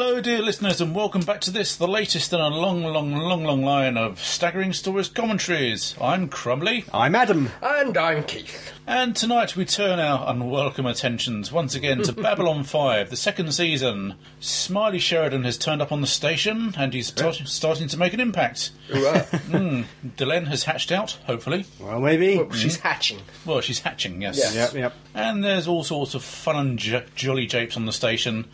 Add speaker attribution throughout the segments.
Speaker 1: listeners, and welcome back to this, the latest in a long, long, long, long line of staggering stories commentaries. I'm Crumbly,
Speaker 2: I'm Adam.
Speaker 3: And I'm Keith.
Speaker 1: and tonight we turn our unwelcome attentions once again to Babylon 5, the second season. Smiley Sheridan has turned up on the station, and he's tar- starting to make an impact. Delenn has hatched out, hopefully.
Speaker 2: Well, maybe.
Speaker 3: She's hatching.
Speaker 1: Well, she's hatching, yes.
Speaker 3: Yes.
Speaker 2: Yep, yep.
Speaker 1: And there's all sorts of fun and j- jolly japes on the station.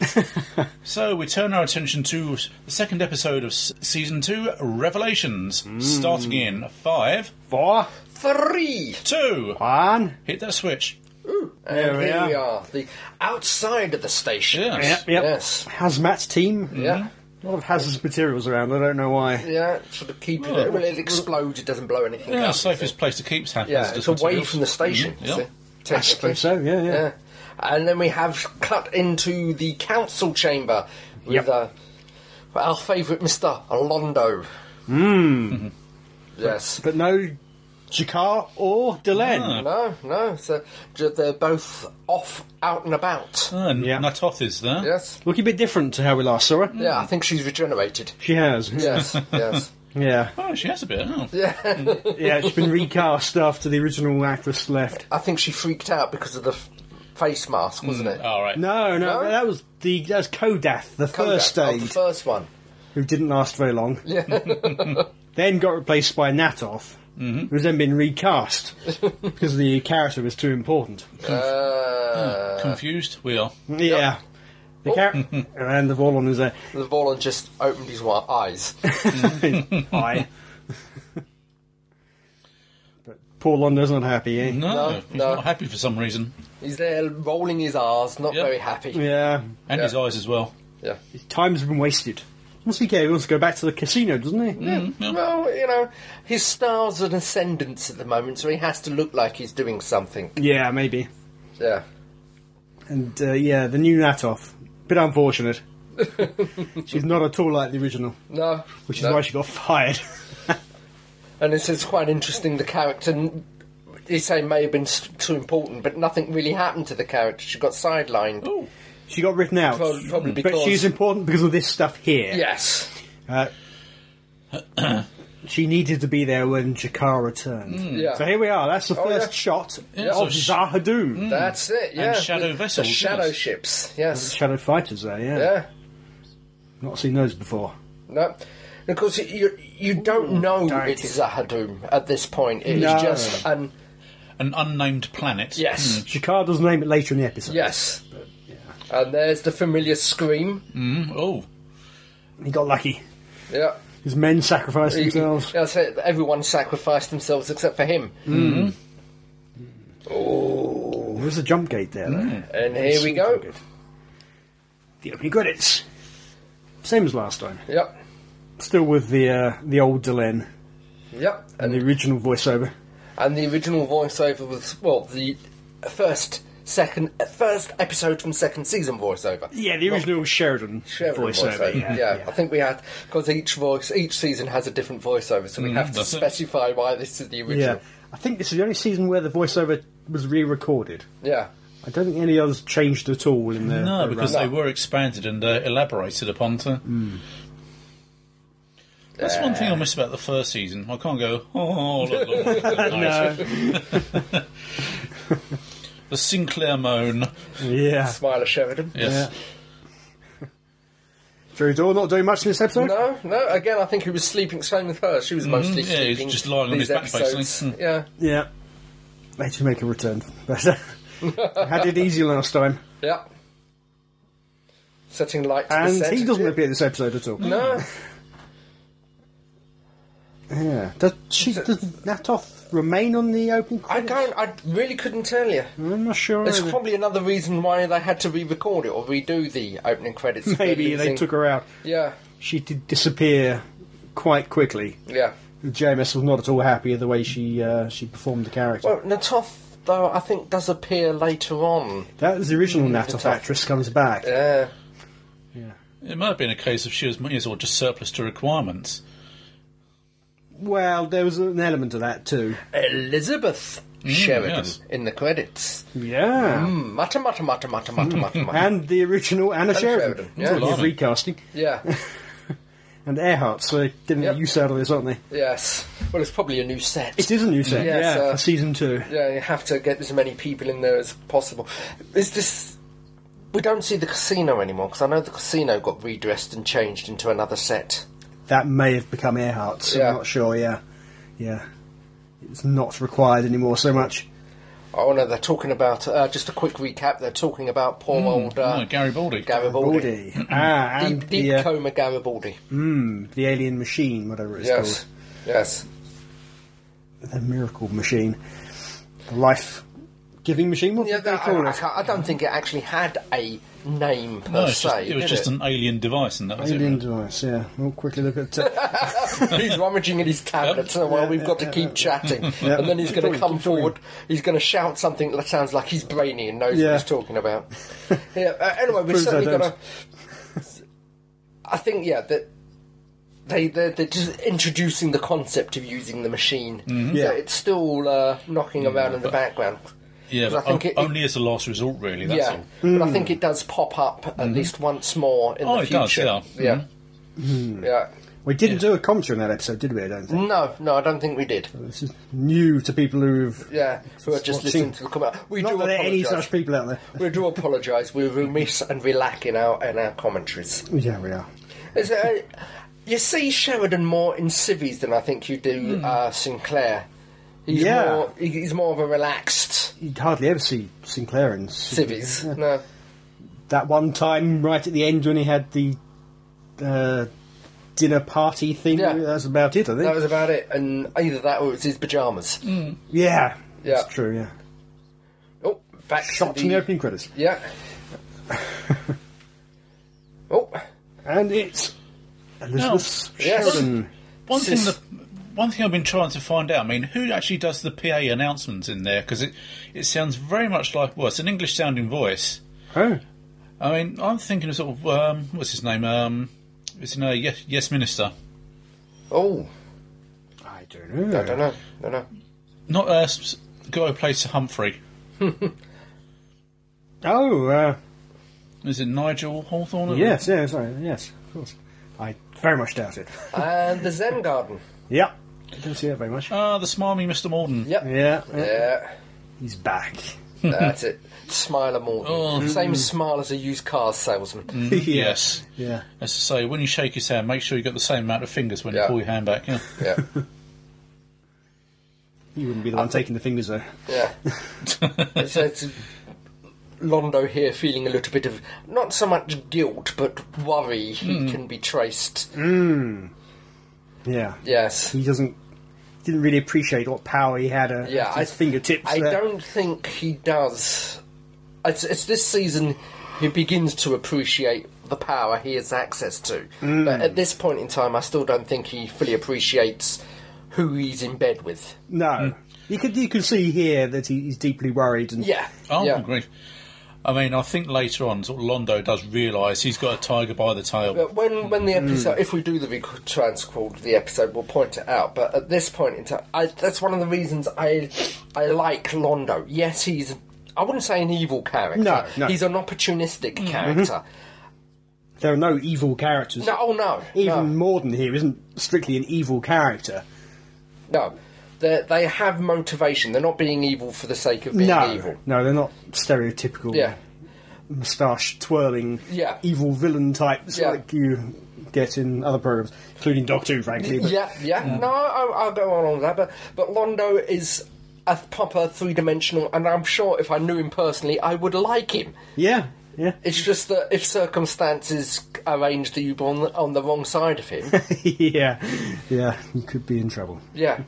Speaker 1: so we turn our attention to the second episode of s- season two, Revelations,
Speaker 3: Hmm.
Speaker 1: starting in five,
Speaker 2: Four,
Speaker 3: Three.
Speaker 1: two.
Speaker 2: one.
Speaker 1: Hit that switch.
Speaker 3: And
Speaker 2: There we
Speaker 3: here
Speaker 2: are.
Speaker 3: we are. The outside of the station.
Speaker 1: Yes.
Speaker 2: Yep, Mm-hmm. yep.
Speaker 3: Yes.
Speaker 2: Hazmat's team.
Speaker 3: Yeah.
Speaker 2: A lot of hazardous materials around. I don't know why.
Speaker 3: Yeah. Sort of keep it. Well, it explodes. It doesn't blow anything
Speaker 1: Yeah,
Speaker 3: up.
Speaker 1: safest place to keep ha-
Speaker 3: Yeah.
Speaker 1: hazardous
Speaker 3: It's away
Speaker 1: materials.
Speaker 3: from the station.
Speaker 1: Mhm,
Speaker 3: you
Speaker 1: yep.
Speaker 3: see, technically.
Speaker 2: Mm-hmm. suppose so, yeah, yeah.
Speaker 3: And then we have cut into the council chamber with
Speaker 2: Yep.
Speaker 3: uh, our favourite Mr. Alondo.
Speaker 2: Mm-hmm.
Speaker 3: Yes.
Speaker 2: But no Jakar or Delenn.
Speaker 3: No, no. So j- they're both off, out and about.
Speaker 1: Ah, N-
Speaker 2: Yeah.
Speaker 1: Natoth is there.
Speaker 3: Yes.
Speaker 2: Looking a bit different to how we last saw her.
Speaker 3: Yeah, I think she's regenerated.
Speaker 2: She has.
Speaker 3: Yes, yes.
Speaker 2: Yeah.
Speaker 1: Oh, she has a bit. Oh.
Speaker 2: Yeah, she's been recast after the original actress left.
Speaker 3: I think she freaked out because of the f- face mask, wasn't it?
Speaker 1: All right.
Speaker 2: No, no,
Speaker 3: No?
Speaker 2: that was the that was Kodath, the
Speaker 3: Kodak,
Speaker 2: first
Speaker 3: oh,
Speaker 2: aide,
Speaker 3: the first one.
Speaker 2: who didn't last very long. then got replaced by Natoth, who's then been recast because the character was too important.
Speaker 3: Uh,
Speaker 1: Confused? We are.
Speaker 2: Yeah. The character and the Volon is there.
Speaker 3: the Volan just opened his wi- eyes.
Speaker 2: Hi. but poor Londo's not happy, eh?
Speaker 1: No,
Speaker 3: No,
Speaker 1: he's
Speaker 3: no.
Speaker 1: not happy for some reason.
Speaker 3: He's there rolling his R's, not
Speaker 1: Yep.
Speaker 3: very happy. Yeah.
Speaker 2: Yeah.
Speaker 1: And his eyes as well.
Speaker 2: His time's been wasted. What's he care? He wants to go back to the casino, doesn't he?
Speaker 3: Well, you know, his star's an ascendance at the moment, so he has to look like he's doing something.
Speaker 2: Yeah, maybe.
Speaker 3: Yeah.
Speaker 2: And uh, yeah, the new Natoff. Bit unfortunate. She's not at all like the original,
Speaker 3: No.
Speaker 2: which is
Speaker 3: no.
Speaker 2: why she got fired.
Speaker 3: And it's, it's quite interesting, the character. n- They say may have been s- too important, but nothing really happened to the character. She got sidelined.
Speaker 1: Oh,
Speaker 2: she got written out.
Speaker 3: Prob- Probably
Speaker 2: But
Speaker 3: because.
Speaker 2: she's important because of this stuff here.
Speaker 3: Yes.
Speaker 2: Uh, She needed to be there when Jakar returned.
Speaker 3: Yeah. Oh,
Speaker 2: So here we are. That's the first
Speaker 3: yeah. Oh,
Speaker 2: shot
Speaker 3: Hmm.
Speaker 1: so
Speaker 2: of
Speaker 1: sh-
Speaker 2: Zahadoom.
Speaker 3: That's it, yeah.
Speaker 1: shadow
Speaker 3: The-
Speaker 1: vessels,
Speaker 3: The shadow
Speaker 1: yes.
Speaker 3: ships, yes.
Speaker 2: Shadow fighters there, yeah.
Speaker 3: Yeah.
Speaker 2: Not seen those before.
Speaker 3: No. And Of course, you you don't know it's Zahadoom at this point. It's
Speaker 2: No.
Speaker 3: just an
Speaker 1: an unnamed planet.
Speaker 3: yes,
Speaker 2: Jakar does name it later in the episode.
Speaker 3: yes. And there's the familiar scream.
Speaker 1: Mm, oh,
Speaker 2: He got lucky.
Speaker 3: Yeah,
Speaker 2: His men sacrificed themselves.
Speaker 3: That's it. Everyone sacrificed themselves except for him.
Speaker 2: Oh, There's a jump gate there, though.
Speaker 3: And Hmm. here we go.
Speaker 2: The opening credits. Same as last time.
Speaker 3: Yep,
Speaker 2: Still with the uh, the old Delenn
Speaker 3: yep.
Speaker 2: and the
Speaker 3: And
Speaker 2: original voiceover.
Speaker 3: and the original voiceover was well the first second first episode from second season voiceover.
Speaker 2: Yeah, the original Sheridan,
Speaker 3: Sheridan
Speaker 2: voiceover. Yeah,
Speaker 3: yeah. I think we had because each voice, each season has a different voiceover, so we have to
Speaker 1: that's it.
Speaker 3: specify why this is the
Speaker 2: Yeah.
Speaker 3: original.
Speaker 2: I think this is the only season where the voiceover was re-recorded.
Speaker 3: Yeah,
Speaker 2: I don't think any others changed at all in there.
Speaker 1: no, because they were expanded and uh, elaborated upon. To...
Speaker 3: Mm.
Speaker 1: That's one thing I miss about the first season. I can't go. Oh, look, look, look, look, nice." the Sinclair moan.
Speaker 2: Yeah.
Speaker 3: Smiler Sheridan.
Speaker 1: Yes,
Speaker 2: Jerry Dore not doing much in this episode.
Speaker 3: No, no. Again, I think he was sleeping. Same with her. She was mostly
Speaker 1: yeah, he's
Speaker 3: sleeping.
Speaker 1: just lying on his
Speaker 3: these
Speaker 1: back,
Speaker 3: episodes.
Speaker 1: basically.
Speaker 3: Yeah,
Speaker 2: Yeah. They should make a return. Better. Had it easy last time,
Speaker 3: yeah. Setting light to the
Speaker 2: and
Speaker 3: set.
Speaker 2: he doesn't appear in this episode at all.
Speaker 3: No,
Speaker 2: Yeah. Does she? Does Natoth remain on the opening?
Speaker 3: I don't. I really couldn't tell you.
Speaker 2: I'm not sure.
Speaker 3: It's
Speaker 2: either.
Speaker 3: probably another reason why they had to re-record it or redo the opening credits. if they're
Speaker 2: Maybe they
Speaker 3: using-
Speaker 2: took her out.
Speaker 3: Yeah,
Speaker 2: She did disappear quite quickly.
Speaker 3: yeah.
Speaker 2: JMS was not at all happy with the way she uh, she performed the character.
Speaker 3: Well, Natoff though I think does appear later on.
Speaker 2: that was the original Natoth
Speaker 3: tough-
Speaker 2: actress comes back.
Speaker 3: Yeah.
Speaker 1: it might have been a case of she was money or just surplus to requirements.
Speaker 2: Well, there was an element of that too.
Speaker 3: Elizabeth.
Speaker 2: Mm,
Speaker 3: Sheridan
Speaker 1: yes.
Speaker 3: in the credits.
Speaker 2: Yeah.
Speaker 3: Mm, mutter, mutter, mutter, mutter, mutter, mutter, mutter.
Speaker 2: And the original Anna Sheridan.
Speaker 3: Sheridan, yeah.
Speaker 2: Talking of
Speaker 1: Blimey.
Speaker 2: recasting.
Speaker 3: yeah,
Speaker 2: And Earhart, so they're getting
Speaker 3: Yep.
Speaker 2: a use out of this, aren't they?
Speaker 3: yes. Well, it's probably a new set.
Speaker 2: It is a new set,
Speaker 3: Yes,
Speaker 2: yeah,
Speaker 3: uh,
Speaker 2: for season two.
Speaker 3: Yeah, you have to get as many people in there as possible. Is this. We don't see the casino anymore because I know the casino got redressed and changed into another set.
Speaker 2: That may have become Earhart's,
Speaker 3: Yeah.
Speaker 2: I'm not sure, yeah. Yeah. It's not required anymore so much.
Speaker 3: Oh no, they're talking about. Uh, just a quick recap, they're talking about poor
Speaker 2: Mm,
Speaker 3: old uh,
Speaker 1: No, Garibaldi.
Speaker 3: Garibaldi.
Speaker 2: Baldy. ah, oh and
Speaker 3: Deep, deep
Speaker 2: the, uh,
Speaker 3: coma Garibaldi.
Speaker 2: mm, the alien machine, whatever it's
Speaker 3: Yes. Yes.
Speaker 2: called. The miracle machine. The life giving machine, what
Speaker 3: Yeah,
Speaker 2: did they
Speaker 3: that,
Speaker 2: call
Speaker 3: I, I,
Speaker 2: it?
Speaker 3: can't- I don't think it actually had a name per
Speaker 1: No, it's just,
Speaker 3: se.
Speaker 1: it was
Speaker 3: did
Speaker 1: just an alien device, and that was
Speaker 2: Alien
Speaker 1: it.
Speaker 2: device, yeah. We'll quickly look at. Uh,
Speaker 3: he's rummaging in his tablets and well, we've got to keep chatting. And then he's going to
Speaker 2: Keep talking,
Speaker 3: come
Speaker 2: keep talking.
Speaker 3: forward. He's going to shout something that sounds like he's brainy and knows
Speaker 2: Yeah.
Speaker 3: what he's talking about. yeah. Uh, anyway, we've
Speaker 2: Proves I
Speaker 3: certainly got
Speaker 2: don't.
Speaker 3: to. I think yeah that. They, they're, they're just introducing the concept of using the machine.
Speaker 1: Mm-hmm.
Speaker 2: Yeah.
Speaker 3: So it's still uh, knocking
Speaker 1: Mm,
Speaker 3: around in the background.
Speaker 1: Yeah, but
Speaker 3: Because I think
Speaker 1: o-
Speaker 3: it- it-
Speaker 1: only as a last resort, really. That's
Speaker 3: yeah.
Speaker 1: all. Mm-hmm.
Speaker 3: But I
Speaker 2: Hmm.
Speaker 3: think it does pop up at least once more in
Speaker 1: Oh,
Speaker 3: the
Speaker 1: it does,
Speaker 3: future.
Speaker 1: yeah. Mm-hmm.
Speaker 3: Yeah.
Speaker 2: Hmm.
Speaker 3: Yeah.
Speaker 2: we didn't do a commentary on that episode, did we? I don't think.
Speaker 3: No, no, I don't think we did.
Speaker 2: This is new to people who've.
Speaker 3: Yeah, who are
Speaker 2: Watching-
Speaker 3: just listening to the comment. We
Speaker 2: Not
Speaker 3: do
Speaker 2: that there are any
Speaker 3: apologise.
Speaker 2: such people out there.
Speaker 3: We do apologise. We're remiss and we lack in our in our commentaries.
Speaker 2: Yeah, we are.
Speaker 3: Is it, uh, you see Sheridan more in civvies than I think you do uh, Sinclair. He's
Speaker 2: Hmm. Yeah.
Speaker 3: more he- he's more of a relaxed
Speaker 2: You'd hardly ever see Sinclair in Civ-
Speaker 3: civvies. No.
Speaker 2: that one time right at the end when he had the uh, dinner party thing.
Speaker 3: Yeah.
Speaker 2: That's about it, I think.
Speaker 3: That was about it, and either that or it's his pajamas.
Speaker 2: Hmm. yeah,
Speaker 3: Yeah.
Speaker 2: that's true. Yeah,
Speaker 3: Oh, back
Speaker 2: shot
Speaker 3: to
Speaker 2: in the opening credits,
Speaker 3: Yeah. oh,
Speaker 2: and it's Elizabeth
Speaker 3: Yes.
Speaker 2: Sheridan.
Speaker 1: One thing
Speaker 3: Sis-
Speaker 1: that one thing I've been trying to find out. I mean, who actually does the PA announcements in there? Because it it sounds very much like well, it's an English sounding voice.
Speaker 2: Oh,
Speaker 1: I mean, I'm thinking of sort of um, what's his name? Um, it's in a yes, yes Minister,
Speaker 3: oh,
Speaker 2: I don't know.
Speaker 3: I don't know, I don't know.
Speaker 1: not uh, s- guy who plays Sir Humphrey.
Speaker 2: Oh, uh,
Speaker 1: Is it Nigel Hawthorne?
Speaker 2: yes, yeah, sorry, yes, of course. I very much doubt it.
Speaker 3: And the Zen Garden.
Speaker 2: yeah, I don't see that very much.
Speaker 1: Ah, the smarmy Mr. Morden.
Speaker 3: Yep.
Speaker 2: Yeah, yeah,
Speaker 3: Yeah,
Speaker 2: he's back.
Speaker 3: that's it. Smiler Morgan.
Speaker 1: Oh. Mm.
Speaker 3: Same smile as a used car salesman.
Speaker 1: Yes.
Speaker 2: yeah.
Speaker 1: As I say, when you shake his hand, make sure you've got the same amount of fingers when
Speaker 3: Yeah.
Speaker 1: you pull your hand back. Yeah.
Speaker 3: Yeah.
Speaker 2: You wouldn't be the one taking the fingers though.
Speaker 3: Yeah. so it's Londo here feeling a little bit of not so much guilt but worry he
Speaker 1: Mm.
Speaker 3: can be traced.
Speaker 2: Yeah,
Speaker 3: Yes.
Speaker 2: he doesn't. Didn't really appreciate what power he had at
Speaker 3: Yeah,
Speaker 2: at
Speaker 3: I-
Speaker 2: his fingertips. uh,
Speaker 3: I
Speaker 2: there.
Speaker 3: don't think he does. It's, it's this season he begins to appreciate the power he has access to. But at this point in time, I still don't think he fully appreciates who he's in bed with.
Speaker 2: No.
Speaker 3: Mm.
Speaker 2: You could you could see here that he, he's deeply worried and
Speaker 3: Yeah.
Speaker 1: Oh,
Speaker 3: yeah.
Speaker 1: great. I mean, I think later on, sort of Londo does realise he's got a tiger by the tail.
Speaker 3: But when when the
Speaker 2: Mm.
Speaker 3: episode, if we do the rec- transcript of the episode, we'll point it out. But at this point in time, I, that's one of the reasons I I like Londo. Yes, he's I wouldn't say an evil character.
Speaker 2: No, no. Mm-hmm.
Speaker 3: he's an opportunistic character.
Speaker 2: there are no evil characters.
Speaker 3: No, oh no,
Speaker 2: Even Morden here isn't strictly an evil character.
Speaker 3: no, no. They they have motivation. They're not being evil for the sake of being
Speaker 2: no.
Speaker 3: evil.
Speaker 2: No, they're not stereotypical
Speaker 3: Yeah.
Speaker 2: moustache twirling
Speaker 3: Yeah.
Speaker 2: evil villain types
Speaker 3: Yeah.
Speaker 2: like you get in other programs, including Doctor Who, frankly. But
Speaker 3: Yeah, yeah.
Speaker 2: Mm.
Speaker 3: No, I, I'll go on on that. But but Londo is a proper three dimensional, and I'm sure if I knew him personally, I would like him.
Speaker 2: yeah. Yeah.
Speaker 3: It's just that if circumstances arrange that you're on the, on the wrong side of him,
Speaker 2: yeah. Yeah. You could be in trouble.
Speaker 3: yeah,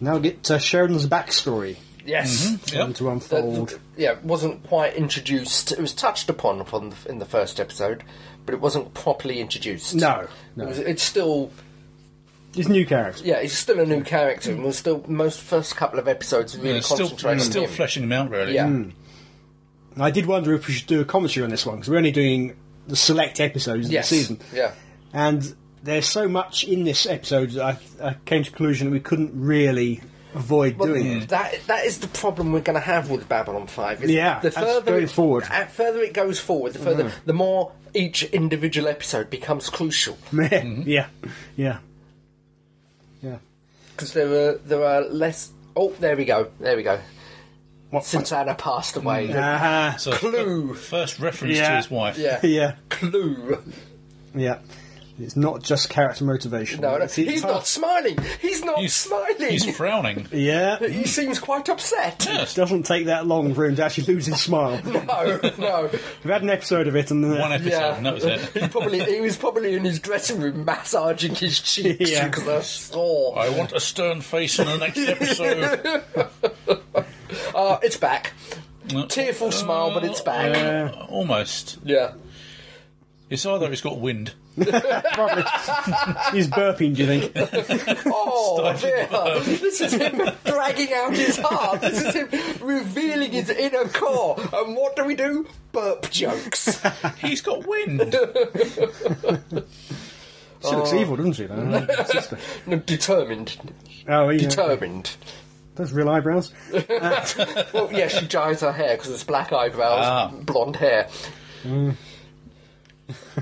Speaker 2: Now get uh, Sheridan's backstory
Speaker 3: yes,
Speaker 1: Yep.
Speaker 2: to
Speaker 3: That-
Speaker 2: unfold.
Speaker 3: yeah, it wasn't quite introduced. It was touched upon upon the, in the first episode, but it wasn't properly introduced.
Speaker 2: no.
Speaker 3: It was,
Speaker 2: No.
Speaker 3: it's still
Speaker 2: His new character.
Speaker 3: yeah, it's still a new character, and we're still most first couple of episodes really
Speaker 1: Yeah, still,
Speaker 3: concentrating on
Speaker 1: still
Speaker 3: him.
Speaker 1: fleshing him out, really. Mm.
Speaker 3: yeah,
Speaker 2: I did wonder if we should do a commentary on this one because we're only doing the select episodes of
Speaker 3: yes,
Speaker 2: the season,
Speaker 3: yeah,
Speaker 2: and there's so much in this episode that I, I came to the conclusion that we couldn't really avoid
Speaker 3: Well,
Speaker 2: doing it.
Speaker 3: That that is the problem we're going to have with Babylon Five. is
Speaker 2: Yeah,
Speaker 3: the
Speaker 2: that's going
Speaker 3: it,
Speaker 2: forward.
Speaker 3: uh, further it goes forward, the further
Speaker 1: Mm.
Speaker 3: the more each individual episode becomes crucial mm-hmm.
Speaker 2: yeah, yeah, yeah.
Speaker 3: because there are there are less. Oh, there we go, there we go.
Speaker 2: What-
Speaker 3: Since Anna passed away,
Speaker 1: Mm.
Speaker 2: Ah,
Speaker 1: So
Speaker 3: Clue.
Speaker 1: First reference to
Speaker 2: Yeah.
Speaker 1: his wife.
Speaker 3: yeah,
Speaker 2: yeah,
Speaker 3: Clue.
Speaker 2: yeah. It's not just character motivation.
Speaker 3: No, no,
Speaker 2: It's- it's
Speaker 3: he's
Speaker 2: part-
Speaker 3: not smiling. He's not
Speaker 1: He's
Speaker 3: smiling.
Speaker 1: He's frowning.
Speaker 2: Yeah, it
Speaker 3: he seems quite upset.
Speaker 2: doesn't take that long for him to actually lose his smile. We've
Speaker 3: No, no.
Speaker 2: had an episode of it, and uh,
Speaker 1: One episode,
Speaker 3: Yeah,
Speaker 1: and that was
Speaker 3: he
Speaker 1: it.
Speaker 3: probably he was probably in his dressing room massaging his cheeks
Speaker 2: Yeah.
Speaker 3: because they're sore.
Speaker 1: I want a stern face in the next episode.
Speaker 3: Uh, it's back. Tearful smile, but it's back.
Speaker 1: Uh, almost.
Speaker 3: Yeah.
Speaker 1: It's either it's got wind.
Speaker 2: probably he's burping. Do you think?
Speaker 3: Oh dear! This is him dragging out his heart. This is him revealing his inner core. And what do we do? Burp jokes.
Speaker 1: He's got wind.
Speaker 3: Oh.
Speaker 2: She looks evil, doesn't she? Though? Sister.
Speaker 3: No, determined.
Speaker 2: Oh, yeah.
Speaker 3: Determined.
Speaker 2: Those real eyebrows.
Speaker 3: Well, yeah, she dyes her hair because it's black eyebrows,
Speaker 1: Ah.
Speaker 3: blonde hair.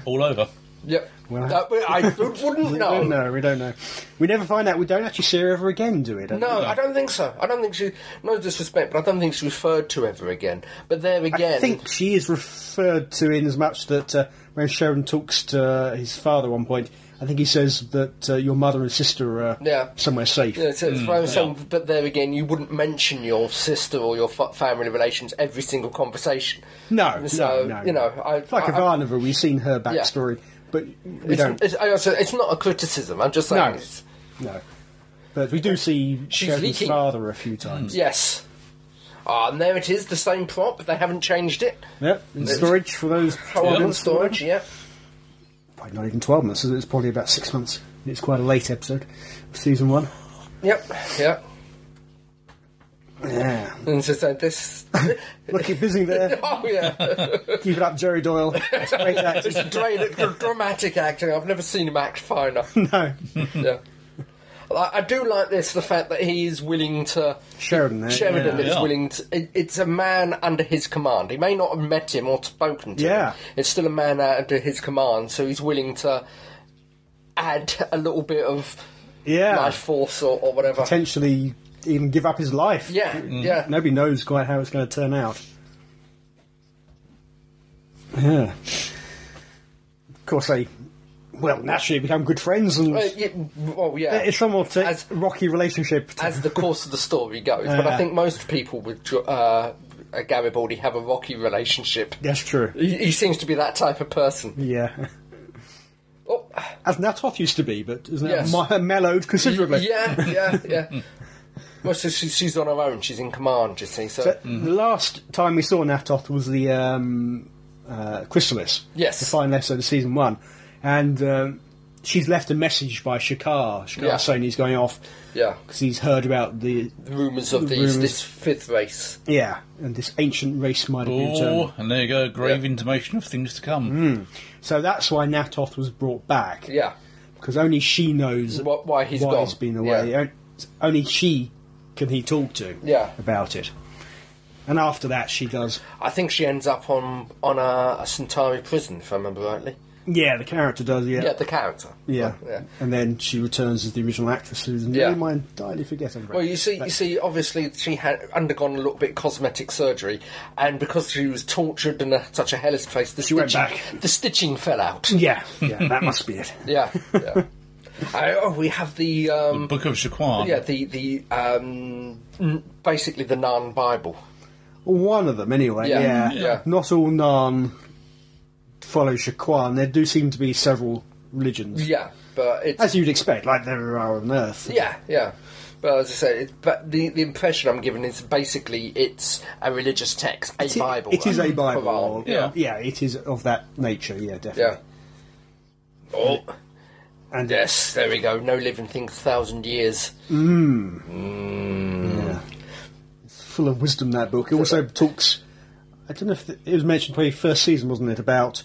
Speaker 1: All over.
Speaker 3: Yep.
Speaker 2: Well-
Speaker 3: Uh, but I wouldn't
Speaker 2: We
Speaker 3: know.
Speaker 2: don't know. We don't know. We never find out. We don't actually see her ever again, do we? Don't
Speaker 3: No, I don't think so. I don't think she. No disrespect, but I don't think she referred to ever again. But there
Speaker 2: we? I
Speaker 3: again,
Speaker 2: think she is referred to in as much that uh, when Sharon talks to uh, his father at one point, I think he says that uh, your mother and sister are uh,
Speaker 3: Yeah.
Speaker 2: somewhere safe.
Speaker 3: Yeah, so it's rather some- but there again, you wouldn't mention your sister or your fa- family relations every single conversation.
Speaker 2: No,
Speaker 3: So,
Speaker 2: no, no.
Speaker 3: you know, I-
Speaker 2: It's like
Speaker 3: I-
Speaker 2: Ivanova, we've seen her backstory, but we
Speaker 3: It's,
Speaker 2: don't.
Speaker 3: it's, I also, it's not a criticism. I'm just saying.
Speaker 2: No.
Speaker 3: it's-
Speaker 2: no. But we do see
Speaker 3: She's
Speaker 2: Sharon's
Speaker 3: leaking. Mm.
Speaker 2: father a few times.
Speaker 3: Yes. Ah, and there it is, the same prop. They haven't changed it.
Speaker 2: Yep,
Speaker 3: Mm.
Speaker 2: in storage for those
Speaker 3: Hold
Speaker 2: 12
Speaker 3: on,
Speaker 2: months.
Speaker 3: storage. Yeah.
Speaker 2: Probably not even 12 months, it's probably about 6 months. It's quite a late episode of season 1.
Speaker 3: Yep. Yep.
Speaker 2: Yeah.
Speaker 3: And so, so this.
Speaker 2: Look, you're busy there.
Speaker 3: oh yeah.
Speaker 2: Keep it up, Jerry Doyle. It's great acting.
Speaker 3: Great, dramatic acting. I've never seen him act finer.
Speaker 2: No,
Speaker 3: yeah. I I do like this, the fact that he is willing to.
Speaker 2: Sheridan there.
Speaker 3: Sheridan
Speaker 1: Yeah.
Speaker 3: is willing to. It, it's a man under his command. He may not have met him or spoken to
Speaker 2: Yeah.
Speaker 3: him. It's still a man under his command, so he's willing to add a little bit of
Speaker 2: Yeah.
Speaker 3: life force or, or whatever.
Speaker 2: Potentially even give up his life.
Speaker 3: yeah, yeah.
Speaker 2: Nobody knows quite how it's going to turn out. Yeah. Of course, they, well, naturally become good friends, and
Speaker 3: Well, yeah, well, yeah.
Speaker 2: it's somewhat a
Speaker 3: As-
Speaker 2: rocky relationship.
Speaker 3: as the course of the story goes, but I
Speaker 2: Oh, Yeah.
Speaker 3: think most people with Jo- uh, Garibaldi have a rocky relationship.
Speaker 2: That's true.
Speaker 3: He, he seems to be that type of person.
Speaker 2: Yeah.
Speaker 3: Oh,
Speaker 2: As Natoff used to be, but is
Speaker 3: Yes.
Speaker 2: now me- mellowed considerably.
Speaker 3: yeah, yeah, yeah. Well, so she, she's on her own. She's in command, you see. So,
Speaker 2: But The last time we saw Natoff was the um, uh, Chrysalis.
Speaker 3: Yes.
Speaker 2: The final episode of season one. And um, she's left a message by Shakar. Shakar
Speaker 3: Yeah.
Speaker 2: saying he's going off
Speaker 3: yeah.
Speaker 2: because he's heard about the.
Speaker 3: rumours of these,
Speaker 2: rumours.
Speaker 3: this fifth race.
Speaker 2: Yeah, and this ancient race might have been turned.
Speaker 1: Oh, and there you go. Grave
Speaker 3: Yeah.
Speaker 1: intimation of things to come.
Speaker 2: So that's why Natoff was brought back.
Speaker 3: Yeah,
Speaker 2: Because only she knows
Speaker 3: Wh- why he's
Speaker 2: why
Speaker 3: gone.
Speaker 2: he's been away.
Speaker 3: Yeah.
Speaker 2: On- Only she can he talk to
Speaker 3: Yeah.
Speaker 2: about it. And after that, she does.
Speaker 3: I think she ends up on on a, a Centauri prison, if I remember rightly.
Speaker 2: Yeah, the character does. Yeah.
Speaker 3: Yeah, the character.
Speaker 2: Yeah.
Speaker 3: Yeah.
Speaker 2: and then she returns as the original actress who's
Speaker 3: Yeah.
Speaker 2: name I entirely forget. I'm afraid.
Speaker 3: Well, you see, you see, obviously she had undergone a little bit of cosmetic surgery, and because she was tortured and uh, such a hellish place, the she
Speaker 2: went
Speaker 3: stitching,
Speaker 2: back.
Speaker 3: The stitching fell out.
Speaker 2: yeah, yeah, that must be it.
Speaker 3: Yeah, yeah. I, oh, we have the um,
Speaker 1: Book of Shaquan.
Speaker 3: yeah the the um, n- basically the non Bible.
Speaker 2: One of them, anyway.
Speaker 3: Yeah,
Speaker 2: Yeah,
Speaker 3: yeah.
Speaker 2: not all Narn follow Shaquan. There do seem to be several religions,
Speaker 3: Yeah, but it's
Speaker 2: as you'd expect, like there are on Earth.
Speaker 3: Yeah, yeah. Well, as I said, it, but the, the impression I'm given is basically it's a religious text, a
Speaker 2: It i-
Speaker 3: Bible.
Speaker 2: it is a
Speaker 3: Quran.
Speaker 2: Bible.
Speaker 1: Yeah.
Speaker 2: yeah, it is of that nature. Yeah,
Speaker 3: Yeah.
Speaker 2: definitely.
Speaker 3: Oh,
Speaker 2: And
Speaker 3: yes, there we go. No living thing, thousand years.
Speaker 2: Yeah. It's full of wisdom, that book. It also talks. I don't know if it was mentioned probably first season, wasn't it? About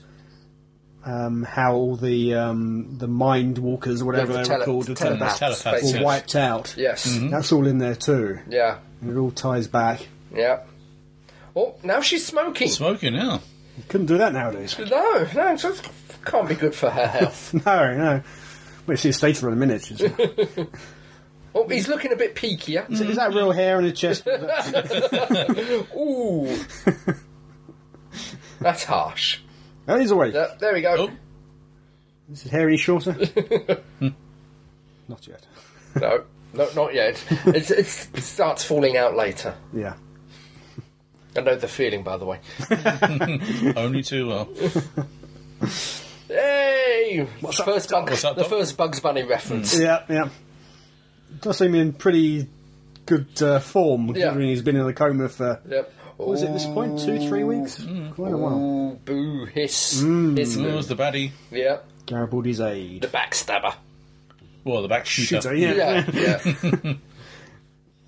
Speaker 2: um, how all the um, the mind walkers, or whatever
Speaker 3: Yeah, the
Speaker 2: they
Speaker 3: tele-
Speaker 2: were called, the
Speaker 3: telepaths, Hmm?
Speaker 2: telepaths,
Speaker 1: Telepaths,
Speaker 2: were
Speaker 1: yes.
Speaker 2: wiped out.
Speaker 3: Yes.
Speaker 2: That's all in there too.
Speaker 3: Yeah.
Speaker 2: And it all ties back.
Speaker 3: Yeah. Oh, now she's smoking.
Speaker 1: Smoking, yeah.
Speaker 2: You couldn't do that nowadays.
Speaker 3: no, no, it just can't be good for her health.
Speaker 2: no, no. Well, see a state for a minute. Is, it?
Speaker 3: oh, he's looking a bit peakier.
Speaker 2: is that real hair on the chest? Mm.
Speaker 3: Ooh. That's harsh.
Speaker 2: Oh, he's awake.
Speaker 3: Yeah, there we go.
Speaker 1: Oh,
Speaker 2: Is his hair any shorter? Not yet.
Speaker 3: No, no, not yet. It's, it's, it starts falling out later.
Speaker 2: Yeah.
Speaker 3: I know the feeling, by the way.
Speaker 1: only uh, too well.
Speaker 3: Hey,
Speaker 2: What's Mm. up,
Speaker 3: first bug,
Speaker 1: up,
Speaker 3: the
Speaker 1: Doc?
Speaker 3: first Bugs Bunny reference.
Speaker 2: Yeah, yeah. Does seem in pretty good uh, form, considering he's been in a coma for.
Speaker 3: Yep.
Speaker 2: What was it at this point? Two, three weeks?
Speaker 3: Mm-hmm.
Speaker 2: Quite a while.
Speaker 3: Ooh, boo, hiss,
Speaker 2: Mm.
Speaker 3: hiss,
Speaker 1: That
Speaker 3: moo.
Speaker 1: was the baddie.
Speaker 3: Yeah,
Speaker 2: Garibaldi's
Speaker 3: the
Speaker 2: aid.
Speaker 3: backstabber.
Speaker 1: Well, the back shooter.
Speaker 2: Shooter, yeah.
Speaker 3: Yeah, yeah. and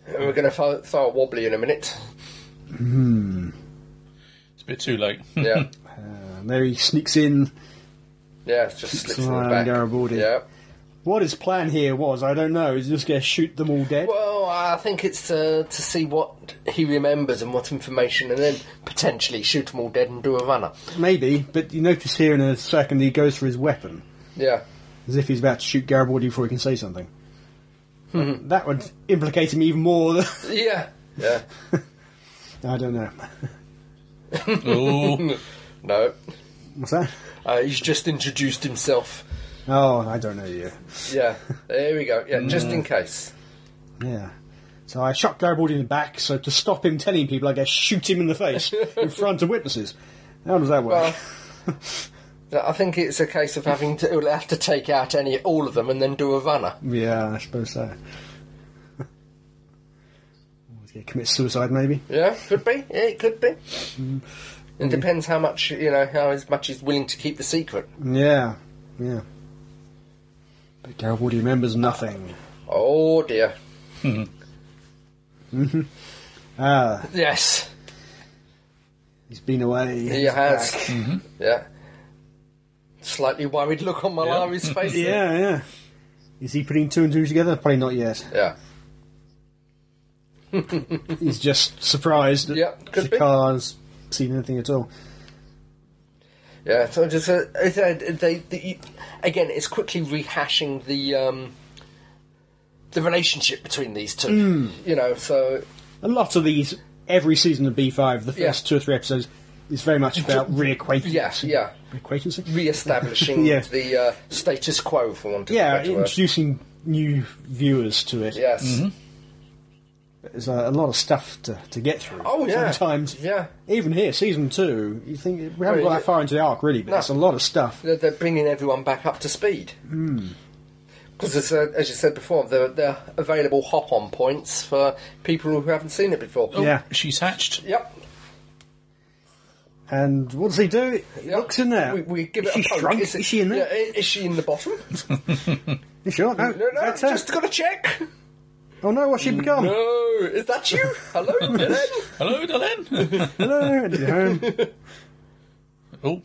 Speaker 3: we're going to throw a wobbly in a minute.
Speaker 1: It's a bit too late.
Speaker 3: Yeah,
Speaker 2: And there he sneaks in.
Speaker 3: yeah, it just slips in the
Speaker 2: Sly
Speaker 3: back.
Speaker 2: Garibaldi.
Speaker 3: Yeah.
Speaker 2: What his plan here was, I don't know. He's just going to shoot them all dead.
Speaker 3: Well, I think it's to, to see what he remembers and what information, and then potentially shoot them all dead and do a runner.
Speaker 2: Maybe, but you notice here in a second he goes for his weapon,
Speaker 3: Yeah.
Speaker 2: as if he's about to shoot Garibaldi before he can say something.
Speaker 3: Hmm.
Speaker 2: That would implicate him even more.
Speaker 3: Yeah. Yeah.
Speaker 2: I don't know.
Speaker 1: oh,
Speaker 3: No.
Speaker 2: What's that?
Speaker 3: Uh, he's just introduced himself.
Speaker 2: Oh, I don't know you.
Speaker 3: Yeah. There we go. Yeah, just
Speaker 2: Mm.
Speaker 3: in case.
Speaker 2: Yeah. So I shot Garibaldi in the back, so to stop him telling people, I guess shoot him in the face in front of witnesses. How does that work?
Speaker 3: Well, I think it's a case of having to he'll have to take out any all of them and then do a runner.
Speaker 2: yeah, I suppose so. He's gonna Commit suicide, maybe.
Speaker 3: Yeah, could be. Yeah, it could be.
Speaker 2: Mm.
Speaker 3: It depends how much you know, how as much he's willing to keep the secret.
Speaker 2: Yeah, yeah. But Garibaldi remembers nothing.
Speaker 3: Oh dear.
Speaker 2: Mm-hmm. Ah,
Speaker 3: Yes,
Speaker 2: he's been away.
Speaker 3: he
Speaker 2: He's
Speaker 3: has. Mm-hmm.
Speaker 2: back.
Speaker 3: Yeah. Slightly worried look on Malari's face.
Speaker 2: Yeah, yeah. Is he putting two and two together? Probably not yet.
Speaker 3: Yeah.
Speaker 2: He's just surprised that
Speaker 3: Yeah, could be.
Speaker 2: Shikara's seen anything at all.
Speaker 3: Yeah, so just uh, it's, uh, they, the, again, it's quickly rehashing the um, the relationship between these two.
Speaker 2: Hmm.
Speaker 3: You know, so
Speaker 2: a lot of these every season of B5, the first
Speaker 3: Yeah.
Speaker 2: two or three episodes is very much about reacquaintance.
Speaker 3: yeah, yeah,
Speaker 2: Reacquaintance?
Speaker 3: re-establishing
Speaker 2: Yeah.
Speaker 3: the uh, status quo for want of a
Speaker 2: Yeah,
Speaker 3: better word.
Speaker 2: introducing new viewers to it.
Speaker 3: Yes.
Speaker 2: There's a, a lot of stuff to, to get through.
Speaker 3: Oh yeah.
Speaker 2: Sometimes,
Speaker 3: Yeah.
Speaker 2: even here, season two, you think we haven't got
Speaker 3: Well, yeah.
Speaker 2: that far into the arc really, but
Speaker 3: No.
Speaker 2: it's a lot of stuff.
Speaker 3: They're, they're bringing everyone back up to speed.
Speaker 2: Hmm.
Speaker 3: Because, uh, as you said before, they're, they're available hop-on points for people who haven't seen it before.
Speaker 1: oh,
Speaker 2: Yeah.
Speaker 1: she's hatched.
Speaker 3: Yep.
Speaker 2: And what does he do? He
Speaker 3: yep.
Speaker 2: looks in there.
Speaker 3: We, we give
Speaker 2: is
Speaker 3: it
Speaker 2: she
Speaker 3: a poke.
Speaker 2: shrunk?
Speaker 3: Is,
Speaker 2: Is,
Speaker 3: it-
Speaker 2: she in there?
Speaker 3: Yeah, i- is she in the bottom?
Speaker 2: You sure? No,
Speaker 3: No, no,
Speaker 2: that's her.
Speaker 3: just got to check.
Speaker 2: Oh no, what's she become?
Speaker 3: No, is that you? Hello, Dylan?
Speaker 1: Hello, Dylan.
Speaker 2: Hello, and you're home.
Speaker 1: oh,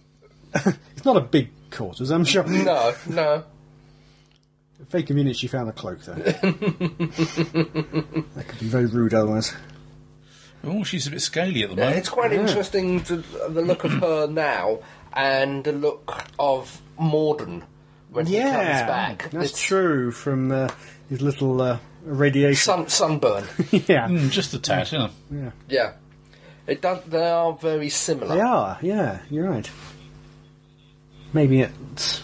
Speaker 2: It's not a big quarters, I'm sure.
Speaker 3: No, no.
Speaker 2: Fake convenience, she found a cloak though. that could be very rude otherwise.
Speaker 1: oh, she's a bit scaly at the
Speaker 3: Uh,
Speaker 1: moment.
Speaker 3: It's quite interesting to, the look of her now and the look of Morden when he comes back.
Speaker 2: that's
Speaker 3: It's
Speaker 2: true from uh, his little uh, radiation.
Speaker 3: Sun, sunburn.
Speaker 2: yeah,
Speaker 1: Mm, just a tad, yeah.
Speaker 3: yeah, it does. They are very similar.
Speaker 2: they are. Yeah, you're right. Maybe it's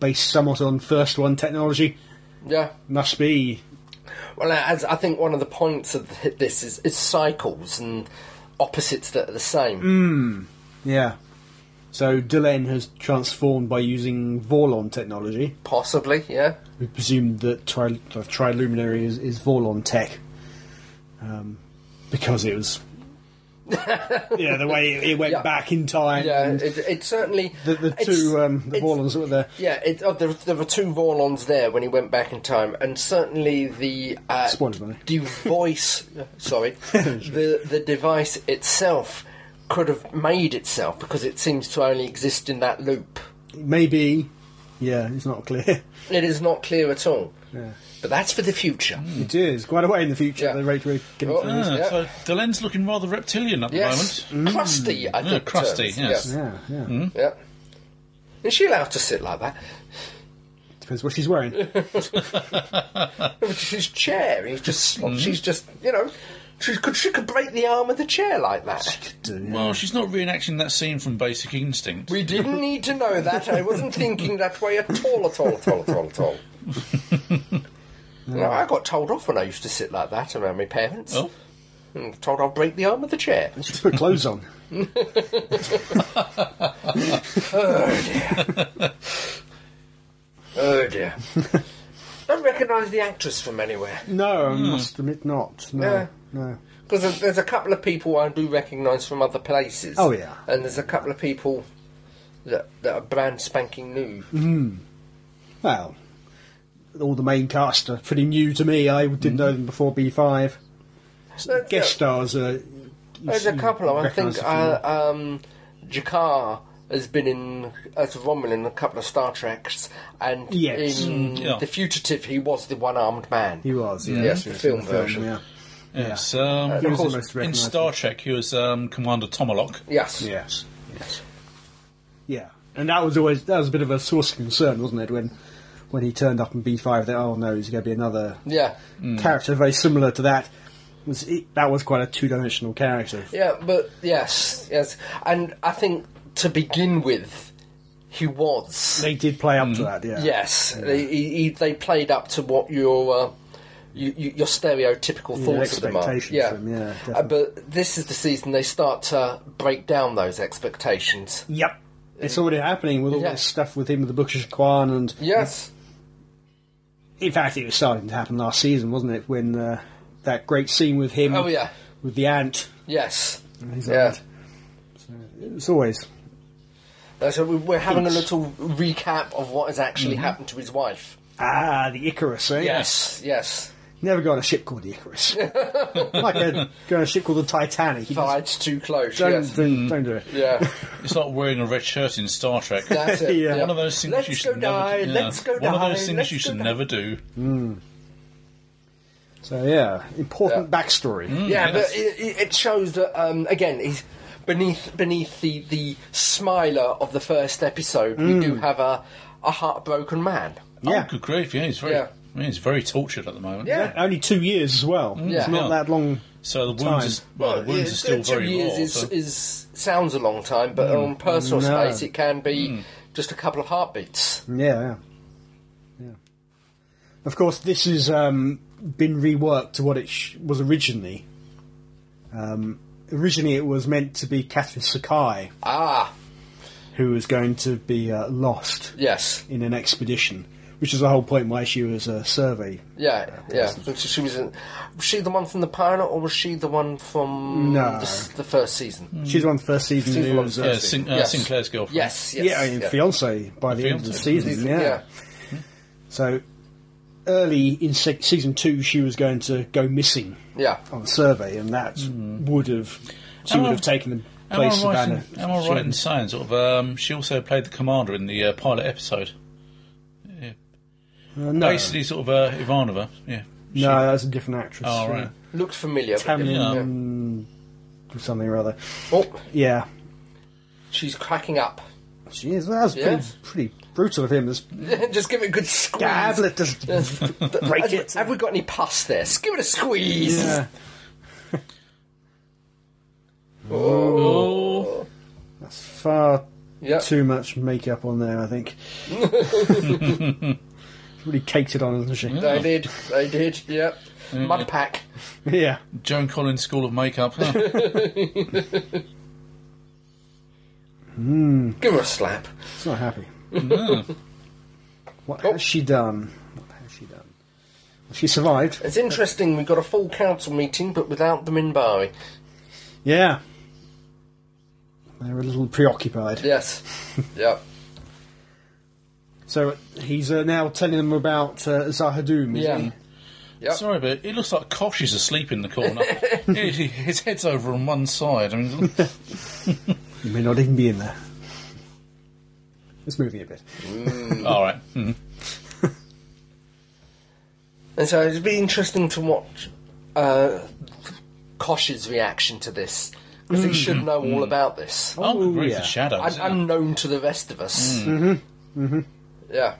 Speaker 2: based somewhat on first one technology.
Speaker 3: Yeah.
Speaker 2: Must be.
Speaker 3: Well, as I think one of the points of th- this is, is cycles and opposites that are the same.
Speaker 2: Mm. Yeah. So Delenn has transformed by using Vorlon technology.
Speaker 3: Possibly. Yeah.
Speaker 2: We presumed that tri- uh, Triluminary is, is Vorlon tech, um, because it was. yeah, the way it, it went
Speaker 3: Yeah.
Speaker 2: back in time.
Speaker 3: Yeah.
Speaker 2: and
Speaker 3: It, it certainly.
Speaker 2: the, the
Speaker 3: it's-
Speaker 2: two um, the
Speaker 3: it's-
Speaker 2: Vorlons that were there.
Speaker 3: Yeah, it, oh, there, there were two Vorlons there when he went back in time, and certainly the uh,
Speaker 2: Spoilers, Barney.
Speaker 3: device, sorry, the the device itself could have made itself because it seems to only exist in that loop.
Speaker 2: Maybe. Yeah, it's not clear.
Speaker 3: It is not clear at all. But that's for the future.
Speaker 2: It is quite a way in the future.
Speaker 3: Yeah.
Speaker 2: The rate we're getting
Speaker 3: Oh.
Speaker 2: to.
Speaker 1: Mm. Ah,
Speaker 3: Yeah.
Speaker 1: So the lens looking rather reptilian at the
Speaker 3: Yes,
Speaker 1: moment. Mm.
Speaker 3: crusty. I
Speaker 1: Yeah,
Speaker 3: think the
Speaker 1: crusty,
Speaker 3: term is.
Speaker 1: yes.
Speaker 2: Yeah, yeah.
Speaker 3: Yeah. yeah. Is she allowed to sit like that?
Speaker 2: Depends what she's wearing.
Speaker 3: His chair. He's just.
Speaker 1: Mm.
Speaker 3: She's just. You know. She could. She could break the arm of the chair like that.
Speaker 1: Well, she's not reenacting that scene from Basic Instinct.
Speaker 3: We didn't need to know that. I wasn't thinking that way at all, at all, at all, at all, at all. You know, I got told off when I used to sit like that around my parents.
Speaker 1: Oh,
Speaker 3: And told I'll break the arm of the chair.
Speaker 2: Just put clothes on.
Speaker 3: Oh dear. Don't recognise the actress from anywhere.
Speaker 2: No, I must admit not. No,
Speaker 3: Yeah.
Speaker 2: no.
Speaker 3: Because there's a couple of people I do recognise from other places.
Speaker 2: Oh, yeah.
Speaker 3: And there's a couple of people that, that are brand spanking new.
Speaker 2: Well, all the main cast are pretty new to me. I didn't know them before B5.
Speaker 3: There's-
Speaker 2: Guest stars are. you
Speaker 3: There's
Speaker 2: see-
Speaker 3: a couple. I
Speaker 2: recognise
Speaker 3: think
Speaker 2: a few.
Speaker 3: uh, um, Jakar has been in as Romulan in a couple of Star Treks, and
Speaker 2: Yes.
Speaker 3: in
Speaker 1: yeah.
Speaker 3: The Fugitive, he was the one-armed man.
Speaker 2: He was, yeah.
Speaker 3: Yes, the
Speaker 2: He was
Speaker 3: film
Speaker 2: in
Speaker 3: version.
Speaker 2: Yeah.
Speaker 1: yes.
Speaker 3: Uh,
Speaker 1: Um,
Speaker 2: He was
Speaker 1: of
Speaker 2: the
Speaker 1: course,
Speaker 2: most
Speaker 1: in
Speaker 2: recognisable.
Speaker 1: Star Trek, he was um, Commander Tomalak.
Speaker 3: yes.
Speaker 2: Yes. Yes. Yeah. And that was always that was a bit of a source of concern, wasn't it? When when he turned up in B five, that oh no, he's going to be another
Speaker 3: Yeah.
Speaker 2: character very similar to that. It Was it, that was quite a two dimensional character.
Speaker 3: Yeah, but yes, yes, and I think to begin with, he was.
Speaker 2: They did play up
Speaker 3: Mm.
Speaker 2: to that, yeah.
Speaker 3: Yes, They, he, he, they played up to what your uh, you, you, your stereotypical thoughts of them are.
Speaker 2: expectations
Speaker 3: Yeah,
Speaker 2: of them, yeah,
Speaker 3: Uh,
Speaker 2: definitely.
Speaker 3: but this is the season they start to break down those expectations.
Speaker 2: Yep. It's already happening with all
Speaker 3: Yeah.
Speaker 2: this stuff with him with the Bookish Kwan and
Speaker 3: Yes.
Speaker 2: in fact it was starting to happen last season, wasn't it? When uh, that great scene with him
Speaker 3: Oh yeah.
Speaker 2: with the ant.
Speaker 3: Yes.
Speaker 2: His
Speaker 3: Yeah.
Speaker 2: ant. It's always
Speaker 3: Uh, So we- we're having a little recap of what has actually
Speaker 2: Mm-hmm.
Speaker 3: happened to his wife.
Speaker 2: Ah, the Icarus, eh?
Speaker 3: Yes, yes.
Speaker 2: Never go on a ship called the Icarus. like a, go on a ship called the Titanic. You just
Speaker 3: Fights too close.
Speaker 2: don't,
Speaker 3: yes.
Speaker 2: don't, don't do it.
Speaker 3: Yeah,
Speaker 1: It's like wearing a red shirt in Star Trek.
Speaker 3: that's it.
Speaker 2: Yeah.
Speaker 1: One of those things
Speaker 3: Let's
Speaker 1: you
Speaker 3: go
Speaker 1: should
Speaker 3: die,
Speaker 1: never do.
Speaker 3: let's go
Speaker 1: One of
Speaker 3: die,
Speaker 1: those things
Speaker 3: let's
Speaker 1: you should
Speaker 3: go die.
Speaker 1: never do.
Speaker 2: So yeah, important backstory.
Speaker 3: Yeah,
Speaker 1: yes.
Speaker 3: but it, it- it shows that um, again. He's beneath beneath the the smiler of the first episode. We
Speaker 2: Mm.
Speaker 3: do have a a heartbroken man.
Speaker 2: Yeah.
Speaker 1: Oh, good grief. Yeah, he's very,
Speaker 3: Yeah.
Speaker 1: I mean, he's very tortured at the moment.
Speaker 3: Yeah.
Speaker 2: Only two years as well. It's not
Speaker 1: Yeah.
Speaker 2: that long.
Speaker 1: So the
Speaker 2: Time.
Speaker 1: wounds, are, well, the wounds
Speaker 3: yeah,
Speaker 1: are still
Speaker 3: two
Speaker 1: very
Speaker 3: years
Speaker 1: raw.
Speaker 3: is,
Speaker 1: so-
Speaker 3: is sounds a long time, but on personal
Speaker 2: No.
Speaker 3: space, it can be just a couple of heartbeats.
Speaker 2: Yeah, yeah, yeah. Of course, this has um, been reworked to what it sh- was originally. Um, originally, it was meant to be Catherine Sakai,
Speaker 3: Ah,
Speaker 2: who was going to be uh, lost
Speaker 3: yes,
Speaker 2: in an expedition, which is the whole point why she was uh, a survey.
Speaker 3: yeah, yeah. So She, she was, in, was she the one from the pilot, or was she the one from
Speaker 2: No. Mm.
Speaker 3: the, s- the first season?
Speaker 2: She's on the first season.
Speaker 3: She's
Speaker 2: who
Speaker 3: one
Speaker 2: was,
Speaker 3: of
Speaker 2: uh,
Speaker 3: the
Speaker 1: yeah,
Speaker 3: first
Speaker 1: Sin- uh,
Speaker 3: Yes.
Speaker 1: Sinclair's girlfriend.
Speaker 3: Yes, yes,
Speaker 2: yeah, I mean, fiance by the end of the
Speaker 1: Fiancé.
Speaker 2: season. Yeah.
Speaker 3: yeah.
Speaker 2: So early in se- season two, she was going to go missing
Speaker 3: yeah.
Speaker 2: on the survey, and that would have
Speaker 1: Mm.
Speaker 2: she
Speaker 1: Am
Speaker 2: would
Speaker 1: I-
Speaker 2: have taken the
Speaker 1: Am I
Speaker 2: place of
Speaker 1: right?
Speaker 2: Anna.
Speaker 1: In, am I right in saying sort of? Um, she also played the commander in the uh, pilot episode.
Speaker 2: Uh, no,
Speaker 1: Basically, sort of uh, Ivanova. Yeah. She-
Speaker 2: no, that's a different actress.
Speaker 1: Oh,
Speaker 2: yeah.
Speaker 1: right.
Speaker 3: Looked familiar. but
Speaker 2: Tamlin
Speaker 3: didn't-
Speaker 2: or something or other.
Speaker 3: Oh,
Speaker 2: Yeah,
Speaker 3: she's cracking up.
Speaker 2: she is. That was
Speaker 3: Yeah.
Speaker 2: pretty, pretty brutal of him. This
Speaker 3: just give it a good squeeze.
Speaker 2: dab, let us break
Speaker 3: Have, we-
Speaker 2: it.
Speaker 3: have we got any pus there? Just give it a squeeze.
Speaker 2: Yeah,
Speaker 1: Oh,
Speaker 2: that's far
Speaker 3: Yeah.
Speaker 2: too much makeup on there. I think. really caked it on, hasn't she?
Speaker 3: They did. They did. Yep. Mud pack.
Speaker 2: Yeah.
Speaker 1: Joan Collins School of Makeup. huh?
Speaker 3: Give her a slap.
Speaker 2: It's not happy.
Speaker 1: No.
Speaker 2: What has she done? What has she done? Well, she survived.
Speaker 3: It's interesting. We got a full council meeting, but without the Minbari.
Speaker 2: Yeah. They were a little preoccupied.
Speaker 3: Yes. yep.
Speaker 2: So he's uh, now telling them about uh, Zahadoom, is
Speaker 3: Yeah.
Speaker 2: he?
Speaker 3: Yep.
Speaker 1: Sorry, but it looks like Kosh is asleep in the corner. He- he- His head's over on one side. I mean,
Speaker 2: You may not even be in there. It's moving a bit.
Speaker 1: all right. Hmm.
Speaker 3: And so it'd be interesting to watch uh, Kosh's reaction to this because he should know all about this.
Speaker 1: Oh,
Speaker 2: Ooh,
Speaker 1: agree
Speaker 2: yeah.
Speaker 1: for shadows.
Speaker 3: Un-
Speaker 1: isn't it?
Speaker 3: unknown to the rest of us. Mm-hmm. Mm-hmm. Yeah,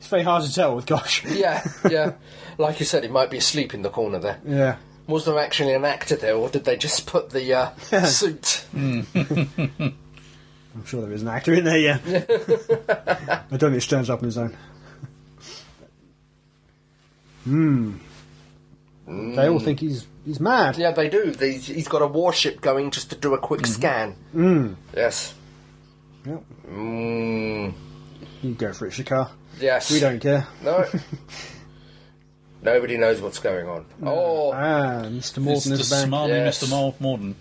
Speaker 2: It's very hard to tell with Gosh.
Speaker 3: yeah, yeah. like you said, he might be asleep in the corner there.
Speaker 2: Yeah.
Speaker 3: Was there actually an actor there, or did they just put the uh, suit?
Speaker 2: I'm sure there is an actor in there, yeah. I don't think it stands up on his own. Hmm. They all think he's he's mad.
Speaker 3: Yeah, they do. They, he's got a warship going just to do a
Speaker 2: Mm-hmm.
Speaker 3: quick scan. Mm. Yes.
Speaker 2: Yep.
Speaker 3: Mm.
Speaker 2: You go for it, Shakar.
Speaker 3: Yes.
Speaker 2: We don't care.
Speaker 3: No. Nobody knows what's going on. Oh,
Speaker 2: Ah, Mr.
Speaker 1: It's
Speaker 2: Morton
Speaker 1: the
Speaker 2: is back.
Speaker 1: smarmy
Speaker 3: Yes.
Speaker 1: Mr. Mor- Morden.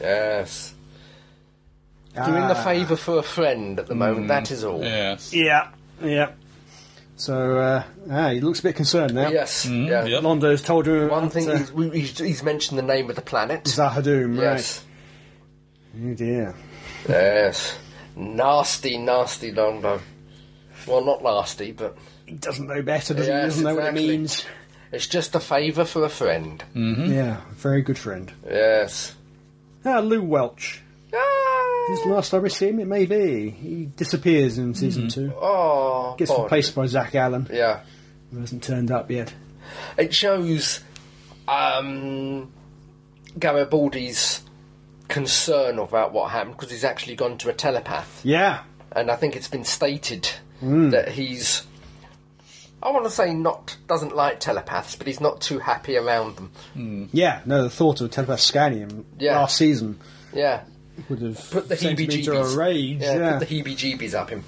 Speaker 3: yes.
Speaker 2: Ah. Mm.
Speaker 3: Doing the favour for a friend at the moment, that is all.
Speaker 1: Yes.
Speaker 2: Yeah, yeah. So, uh, ah, he looks a bit concerned now.
Speaker 3: Yes, yeah.
Speaker 1: yep.
Speaker 2: Londo's told her
Speaker 3: One thing,
Speaker 2: uh,
Speaker 3: he's, we- he's, he's mentioned the name of the planet.
Speaker 2: Zahadoom,
Speaker 3: Yes.
Speaker 2: right? Oh dear.
Speaker 3: Yes. Nasty, nasty Londo. Well, not nasty, but
Speaker 2: He doesn't know better, does he?
Speaker 3: Yes,
Speaker 2: He doesn't know
Speaker 3: exactly.
Speaker 2: what it means.
Speaker 3: it's just a favour for a friend.
Speaker 2: Mm. Yeah, very good friend.
Speaker 3: Yes.
Speaker 2: Ah, Lou Welch. This is the last time we see him, it may be. He disappears in season two.
Speaker 3: Oh,
Speaker 2: Gets
Speaker 3: boy.
Speaker 2: replaced by Zach Allen,
Speaker 3: Yeah.
Speaker 2: who hasn't turned up yet.
Speaker 3: it shows um, Garibaldi's concern about what happened because he's actually gone to a telepath,
Speaker 2: Yeah.
Speaker 3: and I think it's been stated that he's. I want to say not doesn't like telepaths, but he's not too happy around them.
Speaker 2: Yeah, no, the thought of telepath scanning him
Speaker 3: Yeah.
Speaker 2: last season
Speaker 3: Yeah,
Speaker 2: would have
Speaker 3: put the E
Speaker 2: sent him
Speaker 3: heebie-jeebies.
Speaker 2: into a rage. Yeah,
Speaker 3: put the heebie-jeebies up him.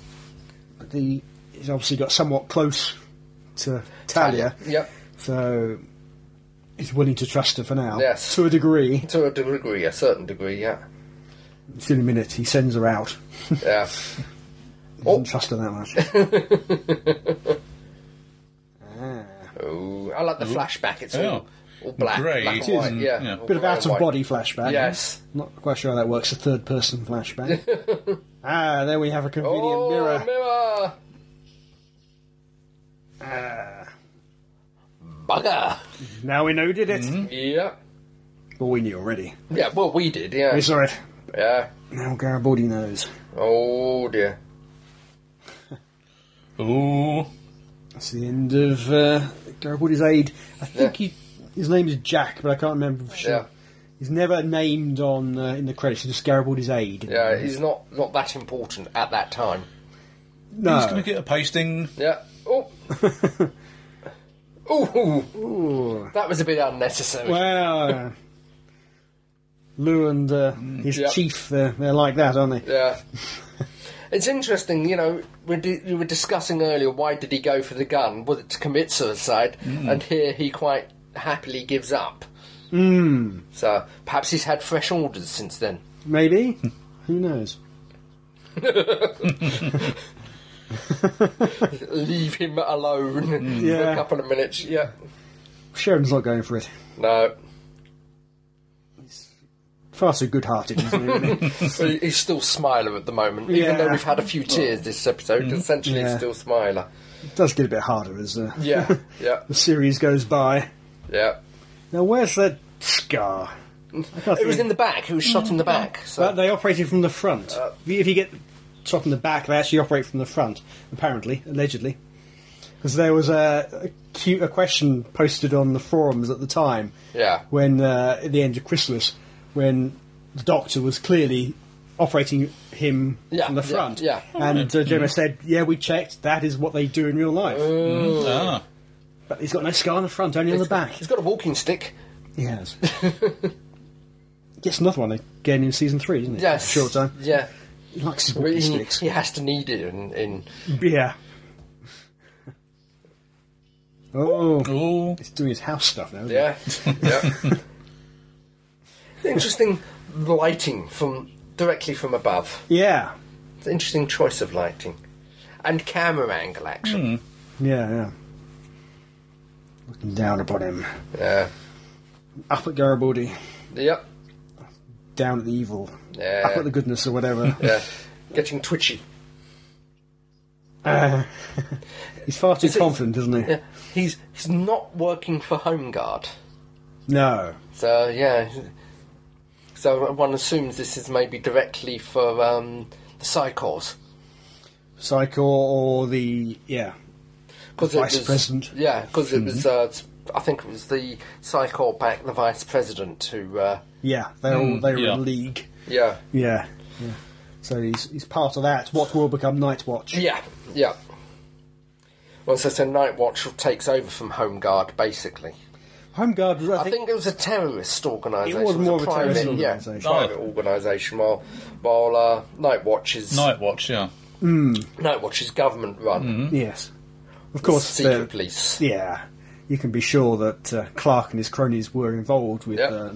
Speaker 2: But the, he's obviously got somewhat close to Talia,
Speaker 3: Yep,
Speaker 2: so he's willing to trust her for now.
Speaker 3: Yes.
Speaker 2: To a degree.
Speaker 3: to a degree, a certain degree. Yeah,
Speaker 2: It's in a minute, he sends her out.
Speaker 3: yeah. Oh.
Speaker 2: Doesn't trust her that much.
Speaker 3: Ooh, I like the flashback. It's all,
Speaker 1: Oh.
Speaker 3: all black,
Speaker 1: Grey,
Speaker 3: black and
Speaker 1: it is,
Speaker 3: white.
Speaker 1: mm,
Speaker 3: Yeah,
Speaker 1: yeah.
Speaker 3: all
Speaker 2: Bit of
Speaker 3: grey
Speaker 2: out
Speaker 3: and
Speaker 2: of
Speaker 3: white.
Speaker 2: body flashback.
Speaker 3: Oh Yes.
Speaker 2: Not quite sure how that works, a third person flashback. ah, there we have a convenient
Speaker 3: Oh,
Speaker 2: mirror.
Speaker 3: mirror. Ah. Bugger.
Speaker 2: Now we know who did it.
Speaker 3: Yeah.
Speaker 2: Well, we knew already.
Speaker 3: Yeah, well, we did, yeah.
Speaker 2: We saw it.
Speaker 3: Yeah.
Speaker 2: Now Garibaldi knows.
Speaker 3: Oh, dear.
Speaker 1: Ooh.
Speaker 2: That's the end of uh, Garibaldi's aid. I think he, his name is Jack, but I can't remember for sure.
Speaker 3: Yeah.
Speaker 2: He's never named on uh, in the credits. He's just Garibaldi's aid.
Speaker 3: Yeah, he's not, not that important at that time.
Speaker 2: No.
Speaker 1: He's going to get a posting.
Speaker 3: Yeah. Oh. Ooh. That was a bit unnecessary.
Speaker 2: Well, Lou and uh, his
Speaker 3: Mm, Yeah.
Speaker 2: chief, they're, they're like that, aren't they?
Speaker 3: Yeah. It's interesting, you know, we di- you were discussing earlier why did he go for the gun? Was it to commit suicide? And here he quite happily gives up. Mm. So perhaps he's had fresh orders since then.
Speaker 2: Maybe. Who knows?
Speaker 3: Leave him alone for a
Speaker 2: Mm. Yeah.
Speaker 3: couple of minutes. Yeah.
Speaker 2: Sharon's not going for it.
Speaker 3: No.
Speaker 2: Far too good hearted, isn't he? really?
Speaker 3: But he- he's still Smiler at the moment. Even
Speaker 2: Yeah. Mm.
Speaker 3: though we've had a few tears this episode, essentially it's
Speaker 2: Yeah.
Speaker 3: still Smiler.
Speaker 2: it does get a bit harder as uh,
Speaker 3: Yeah, yeah,
Speaker 2: the series goes by.
Speaker 3: yeah.
Speaker 2: Now, where's that scar?
Speaker 3: It was in the back. It was shot in the back. So.
Speaker 2: But Uh, they operated from the front.
Speaker 3: Uh,
Speaker 2: if you get shot from the back, they actually operate from the front, apparently, allegedly. Because there was a, a, cute, a question posted on the forums at the time
Speaker 3: Yeah.
Speaker 2: when uh, at the end of Chrysalis, when the Doctor was clearly operating him
Speaker 3: Yeah,
Speaker 2: from the
Speaker 3: yeah,
Speaker 2: front.
Speaker 3: yeah.
Speaker 2: And uh, Gemma said, "Yeah, we checked. That is what they do in real life.
Speaker 3: Uh,
Speaker 1: Ah.
Speaker 2: But he's got no scar on the front, only on the back.
Speaker 3: He's got a walking stick.
Speaker 2: He has." Gets another one again in season three, isn't it?
Speaker 3: Yes.
Speaker 2: Short time.
Speaker 3: Yeah.
Speaker 2: He likes his
Speaker 3: But
Speaker 2: walking
Speaker 3: he,
Speaker 2: sticks.
Speaker 3: he has to need it in, in
Speaker 2: Yeah. Oh,
Speaker 1: Ooh.
Speaker 2: he's doing his house stuff now. Isn't
Speaker 3: yeah, yeah. interesting lighting from directly from above.
Speaker 2: He? Yeah.
Speaker 3: It's an interesting choice of lighting and camera angle action.
Speaker 2: Yeah. Yeah. looking down upon him.
Speaker 3: Yeah.
Speaker 2: Up at Garibaldi,
Speaker 3: Yep.
Speaker 2: down at the evil,
Speaker 3: Yeah.
Speaker 2: up at the goodness or whatever.
Speaker 3: Yeah. Getting twitchy.
Speaker 2: Uh, he's far too
Speaker 3: it-
Speaker 2: confident, isn't he?
Speaker 3: Yeah. He's he's not working for Home Guard.
Speaker 2: No.
Speaker 3: So yeah. So one assumes this is maybe directly for um, the Psychors.
Speaker 2: Psycho or the. Yeah.
Speaker 3: Because
Speaker 2: Vice President. Mm-hmm.
Speaker 3: Yeah, because it was. Uh, s- I think it was the Psychor back the Vice President who. Uh,
Speaker 2: Yeah, they all they were
Speaker 1: yeah.
Speaker 2: in league.
Speaker 3: yeah.
Speaker 2: Yeah. yeah. So he's, he's part of that. What will become Night Watch?
Speaker 3: Yeah. Yeah. Well, so, so Night Watch takes over from Home Guard, basically.
Speaker 2: Home Guard, I,
Speaker 3: I
Speaker 2: think,
Speaker 3: think it was a terrorist organisation.
Speaker 2: It was more of a
Speaker 3: private,
Speaker 2: terrorist
Speaker 3: yeah,
Speaker 2: organisation.
Speaker 1: Oh.
Speaker 3: private organisation. While while uh, Night Watch is
Speaker 1: Night Watch, yeah.
Speaker 3: Night Watch is government run,
Speaker 2: Yes. Of course.
Speaker 3: secret
Speaker 2: the-
Speaker 3: police.
Speaker 2: yeah. You can be sure that uh, Clark and his cronies were involved with
Speaker 3: Yep.
Speaker 2: uh,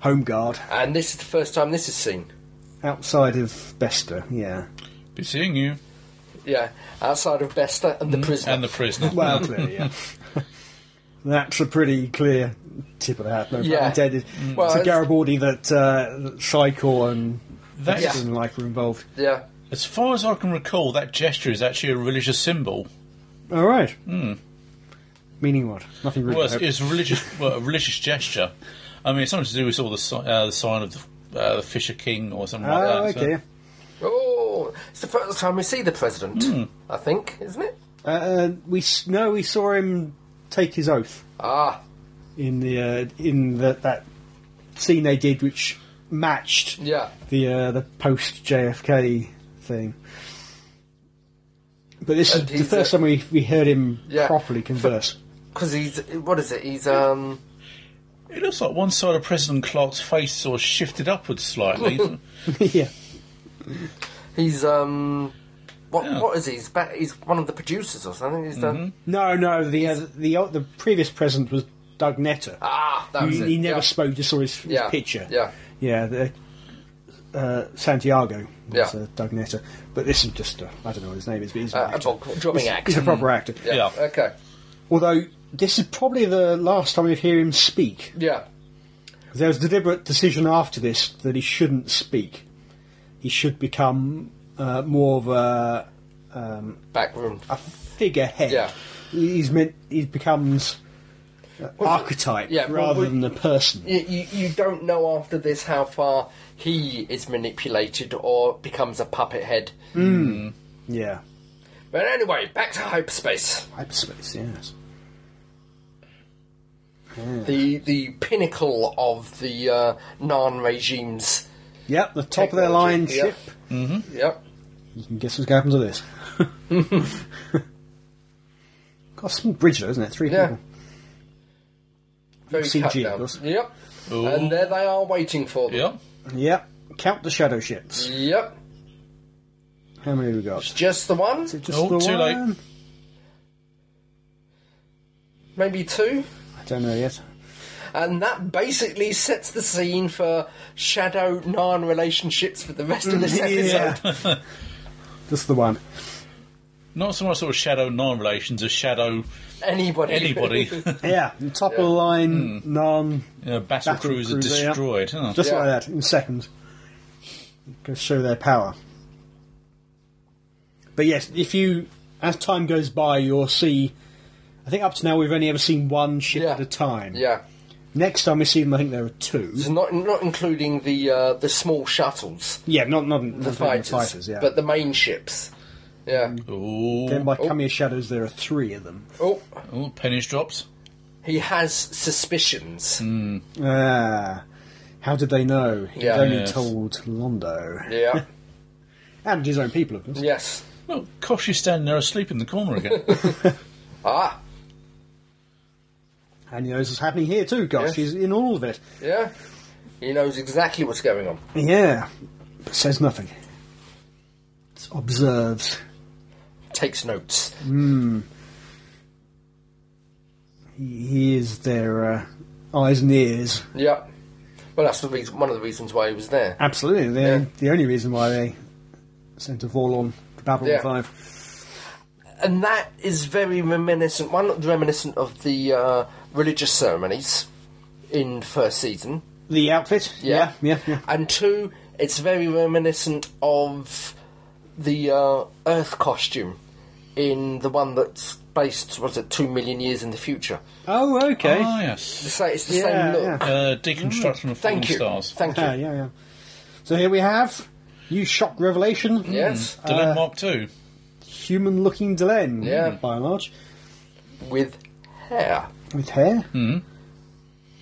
Speaker 2: Home Guard
Speaker 3: And this is the first time this is seen.
Speaker 2: outside of Bester. Yeah.
Speaker 1: Be seeing you.
Speaker 3: Yeah, outside of Bester and the
Speaker 2: Mm-hmm.
Speaker 3: prisoner.
Speaker 1: And the prisoner.
Speaker 2: Well, clearly, yeah. That's a pretty clear tip of the hat. No pun
Speaker 3: Yeah.
Speaker 2: intended.
Speaker 1: Mm.
Speaker 3: Well,
Speaker 2: to
Speaker 3: it's-
Speaker 2: Garibaldi that uh, that Psycho and
Speaker 1: That's-
Speaker 2: Bester and like were involved.
Speaker 3: yeah,
Speaker 1: As far as I can recall, that gesture is actually a religious symbol.
Speaker 2: All right. Meaning what? Nothing really.
Speaker 1: Mm. Well, it's, it's a religious, well, a religious gesture. I mean, it's something to do with sort of the, si- uh, the sign of the, uh, the Fisher King or something like
Speaker 2: oh,
Speaker 1: that. so-
Speaker 2: okay.
Speaker 3: Oh, it's the first time we see the president, I think, isn't it?
Speaker 2: Uh, Uh, we s- no, we saw him take his oath
Speaker 3: Ah,
Speaker 2: in the uh, in the, that scene they did, which matched
Speaker 3: yeah.
Speaker 2: the uh, the post JFK thing. But this
Speaker 3: And
Speaker 2: is the
Speaker 3: he's,
Speaker 2: first
Speaker 3: uh,
Speaker 2: time we, we heard him
Speaker 3: Yeah.
Speaker 2: properly converse.
Speaker 3: Because he's, what is it? He's, um,
Speaker 1: It looks like one side of President Clark's face sort of shifted upwards slightly.
Speaker 2: yeah,
Speaker 3: he's, um, what,
Speaker 1: Yeah.
Speaker 3: what is he? He's, back, he's one of the producers or something. He's done.
Speaker 2: no, no. The uh, the uh, the previous president was Doug Netter.
Speaker 3: Ah, that was
Speaker 2: he,
Speaker 3: it.
Speaker 2: he never
Speaker 3: yeah.
Speaker 2: spoke. Just saw his, his
Speaker 3: yeah.
Speaker 2: picture.
Speaker 3: Yeah,
Speaker 2: yeah. The, uh, Santiago was
Speaker 3: Yeah.
Speaker 2: uh, Doug Netter, but this is just a, I don't know what his name is, but he's an
Speaker 3: uh, a
Speaker 2: actor.
Speaker 3: bo- drumming
Speaker 2: He's-
Speaker 3: act.
Speaker 2: He's a proper actor.
Speaker 3: yeah.
Speaker 1: Yeah.
Speaker 3: Okay.
Speaker 2: Although this is probably the last time we'd hear him speak.
Speaker 3: Yeah.
Speaker 2: There was a deliberate decision after this that he shouldn't speak. He should become uh, more of a,
Speaker 3: Back room.
Speaker 2: a figurehead.
Speaker 3: Yeah.
Speaker 2: He's meant he becomes uh, archetype
Speaker 3: yeah, well,
Speaker 2: rather
Speaker 3: we-
Speaker 2: than the person.
Speaker 3: You, you, you don't know after this how far he is manipulated or becomes a puppet head.
Speaker 2: Yeah,
Speaker 3: But anyway, back to hyperspace.
Speaker 2: hyperspace. Yes.
Speaker 3: the the pinnacle of the uh, non regimes.
Speaker 2: Yep, the top of their line
Speaker 3: Technology,
Speaker 2: ship.
Speaker 3: Yep.
Speaker 2: You can guess what's going to happen to this. Got some bridge though, isn't it? Three
Speaker 3: Yeah.
Speaker 2: people.
Speaker 3: Very
Speaker 2: CG,
Speaker 3: cut
Speaker 2: of
Speaker 3: down.
Speaker 2: course.
Speaker 3: Yep.
Speaker 1: Ooh.
Speaker 3: And there they are waiting for them.
Speaker 1: yeah.
Speaker 2: Yep. Count the shadow ships.
Speaker 3: Yep.
Speaker 2: How many have we got?
Speaker 3: Just the one,
Speaker 2: Just
Speaker 1: Oh,
Speaker 2: the
Speaker 1: too late.
Speaker 2: one?
Speaker 3: maybe two.
Speaker 2: I don't know yet.
Speaker 3: And that basically sets the scene for shadow non relationships for the rest of this episode.
Speaker 2: Just the one.
Speaker 1: Not so much sort of shadow non relations as shadow
Speaker 3: Anybody.
Speaker 1: anybody.
Speaker 2: Yeah, the top of the line,
Speaker 1: Hmm.
Speaker 2: non,
Speaker 1: You know, battle,
Speaker 2: Battle
Speaker 1: crews are
Speaker 2: cruiser, yeah.
Speaker 1: destroyed. huh?
Speaker 2: just
Speaker 3: Yeah.
Speaker 2: like that, in seconds. Go show their power. But yes, if you, as time goes by, you'll see. I think up to now we've only ever seen one ship
Speaker 3: Yeah.
Speaker 2: at a time.
Speaker 3: yeah.
Speaker 2: Next time we see them, I think there are two.
Speaker 3: It's Not not including the uh, the small shuttles,
Speaker 2: Yeah, not not not
Speaker 3: the fighters,
Speaker 2: yeah.
Speaker 3: but the main ships. Yeah.
Speaker 1: Ooh.
Speaker 2: then by Kamiya Shadows, there are three of them.
Speaker 3: Oh,
Speaker 1: Ooh, pennies dropped.
Speaker 3: he has suspicions.
Speaker 1: Mm.
Speaker 2: Ah, how did they know? He
Speaker 3: Yeah.
Speaker 2: only
Speaker 1: Yes.
Speaker 2: told Londo
Speaker 3: Yeah.
Speaker 2: and his own people, of course.
Speaker 3: yes.
Speaker 1: Well, gosh, you're standing there asleep in the corner again.
Speaker 3: Ah.
Speaker 2: And he knows what's happening here too. Gosh,
Speaker 3: Yes.
Speaker 2: he's in all of it.
Speaker 3: Yeah. He knows exactly what's going on.
Speaker 2: Yeah, but says nothing. Just observes.
Speaker 3: Takes notes.
Speaker 2: He, he is their uh, eyes and ears.
Speaker 3: Yeah. Well, that's the reason, one of the reasons why he was there.
Speaker 2: Absolutely, they're
Speaker 3: Yeah.
Speaker 2: the only reason why they sent a Vorlon to Babylon
Speaker 3: Yeah.
Speaker 2: Five.
Speaker 3: and that is very reminiscent. One reminiscent of the uh, religious ceremonies in first season,
Speaker 2: The outfit?
Speaker 3: Yeah.
Speaker 2: Yeah, yeah.
Speaker 3: and two, it's very reminiscent of the uh, Earth costume in the one that's based. Was it two million years in the future?
Speaker 2: Oh, okay. Mm.
Speaker 1: Ah, yes.
Speaker 3: So it's the
Speaker 2: Yeah,
Speaker 3: same look.
Speaker 2: yeah.
Speaker 1: Uh, deconstruction of fallen
Speaker 3: Thank you.
Speaker 1: stars.
Speaker 3: Thank you.
Speaker 2: Ah, yeah, yeah. So here we have new shock revelation.
Speaker 3: Yes,
Speaker 2: Uh,
Speaker 1: Dylan Mark Two.
Speaker 2: Human looking Delenn,
Speaker 3: Yeah.
Speaker 2: by and large.
Speaker 3: with hair.
Speaker 2: With hair.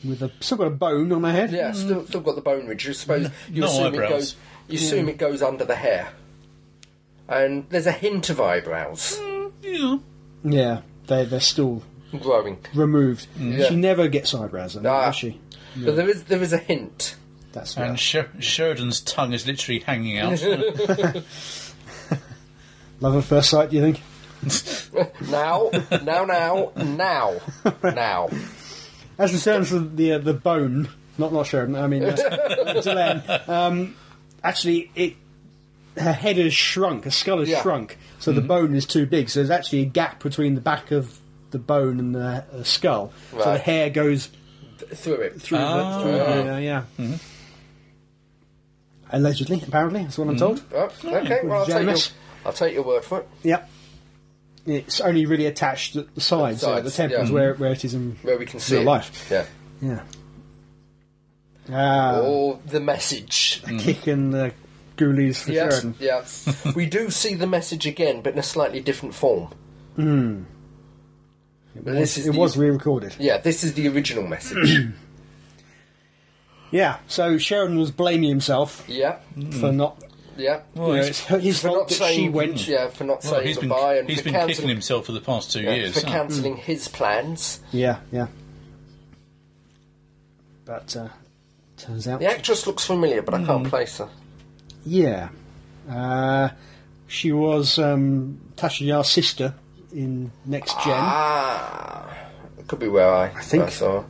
Speaker 2: With a still got a bone on her head.
Speaker 3: Hmm. Yeah, still, still got the bone ridge. I suppose you
Speaker 1: no
Speaker 3: assume it
Speaker 1: eyebrows.
Speaker 3: goes. You
Speaker 2: Mm.
Speaker 3: assume it goes under the hair, and there's a hint of eyebrows
Speaker 1: Yeah.
Speaker 2: Yeah, They they're still
Speaker 3: growing,
Speaker 2: removed.
Speaker 3: Hmm. Yeah.
Speaker 2: She never gets eyebrows on
Speaker 3: Ah.
Speaker 2: does she?
Speaker 3: but there is there is a hint.
Speaker 2: That's
Speaker 1: And
Speaker 2: right.
Speaker 1: Sher- Sheridan's tongue is literally hanging out.
Speaker 2: Love at first sight, do you think?
Speaker 3: Now, now, now, now, now.
Speaker 2: As in terms of the uh, the bone, not not Sheridan. I mean, uh, Delenn. Um, actually, it her head has shrunk, her skull has
Speaker 3: Yeah. Hmm.
Speaker 2: shrunk, so the bone is too big. So there's actually a gap between the back of the bone and the uh, skull. So the
Speaker 3: Right.
Speaker 2: hair goes
Speaker 3: Through it.
Speaker 2: through. The, through
Speaker 3: Ah.
Speaker 2: the, uh, yeah.
Speaker 3: Mm-hmm.
Speaker 2: Allegedly, apparently, that's what I'm told.
Speaker 3: Oh, okay, well, I'll take, your,
Speaker 2: Generous.
Speaker 3: I'll take your word for it.
Speaker 2: Yep. It's only really attached at the sides, uh, the
Speaker 3: sides, yeah.
Speaker 2: temples, where where it is in
Speaker 3: Where we can see
Speaker 2: real
Speaker 3: it.
Speaker 2: life.
Speaker 3: Yeah.
Speaker 2: Yeah. Ah,
Speaker 3: Or the message.
Speaker 2: kicking the ghoulies for
Speaker 3: Yes,
Speaker 2: Sheridan.
Speaker 3: yeah. we do see the message again, but in a slightly different form. Hmm. This is
Speaker 2: it
Speaker 3: the-
Speaker 2: was re-recorded.
Speaker 3: Yeah, this is the original message.
Speaker 2: Yeah, so Sheridan was blaming himself
Speaker 3: yeah,
Speaker 2: for not.
Speaker 3: yeah.
Speaker 2: you
Speaker 1: Well,
Speaker 2: know,
Speaker 1: he's-
Speaker 2: it's her- his
Speaker 3: Mm-hmm. For
Speaker 2: fault
Speaker 3: not
Speaker 2: that
Speaker 3: saying
Speaker 2: she went.
Speaker 3: Yeah, for not
Speaker 1: well,
Speaker 3: saying
Speaker 1: he's been,
Speaker 3: goodbye and
Speaker 1: he's
Speaker 3: for
Speaker 1: been
Speaker 3: cancelling,
Speaker 1: kicking himself for the past two
Speaker 3: yeah,
Speaker 1: years.
Speaker 3: for
Speaker 1: huh?
Speaker 3: cancelling
Speaker 2: Mm.
Speaker 3: his plans.
Speaker 2: Yeah, yeah. But uh, turns out,
Speaker 3: The actress looks familiar, but I can't
Speaker 2: Mm.
Speaker 3: place her.
Speaker 2: yeah, uh, she was um, Tasha Yar's sister in Next Gen.
Speaker 3: Ah, it could be where I, I
Speaker 2: think-
Speaker 3: saw. her.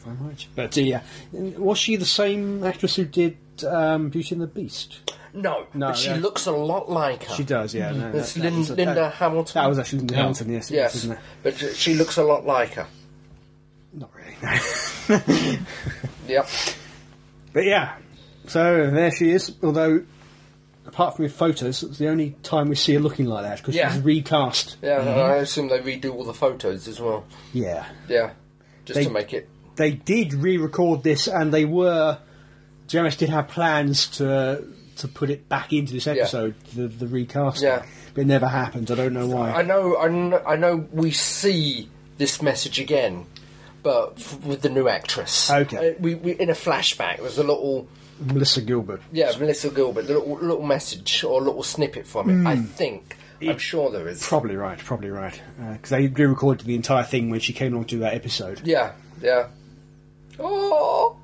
Speaker 2: if I'm right. But uh, yeah, was she the same actress who did um, Beauty and the Beast?
Speaker 3: No,
Speaker 2: No,
Speaker 3: but she
Speaker 2: yeah.
Speaker 3: looks a lot like her.
Speaker 2: She does, yeah. No,
Speaker 3: It's
Speaker 2: that- that
Speaker 3: Lin-
Speaker 2: was- that-
Speaker 3: Linda Hamilton.
Speaker 2: That was actually Linda Hamilton, yes, it was,
Speaker 3: yes,
Speaker 2: isn't it?
Speaker 3: but sh- she looks a lot like her.
Speaker 2: Not really. no.
Speaker 3: Yep.
Speaker 2: But yeah, so there she is. Although, apart from with photos, it's the only time we see her looking like that because
Speaker 3: Yeah.
Speaker 2: she's recast.
Speaker 3: Yeah, and I
Speaker 2: Mm-hmm.
Speaker 3: assume they redo all the photos as well.
Speaker 2: Yeah,
Speaker 3: Yeah, just
Speaker 2: They-
Speaker 3: to make it.
Speaker 2: they did re-record this, and they were. JMS did have plans to to put it back into this episode, the the recast.
Speaker 3: Yeah.
Speaker 2: but it never happened. I don't know why.
Speaker 3: I know, I know, I know. We see this message again, but f- with the new actress.
Speaker 2: Okay.
Speaker 3: Uh, we, we in a flashback. There's a little,
Speaker 2: Melissa Gilbert.
Speaker 3: yeah, Melissa Gilbert, the little little message or little snippet from it. I think. I'm sure there is.
Speaker 2: Probably right. Probably right. Because they re-recorded the entire thing when she came along to that episode.
Speaker 3: yeah, yeah. Oh,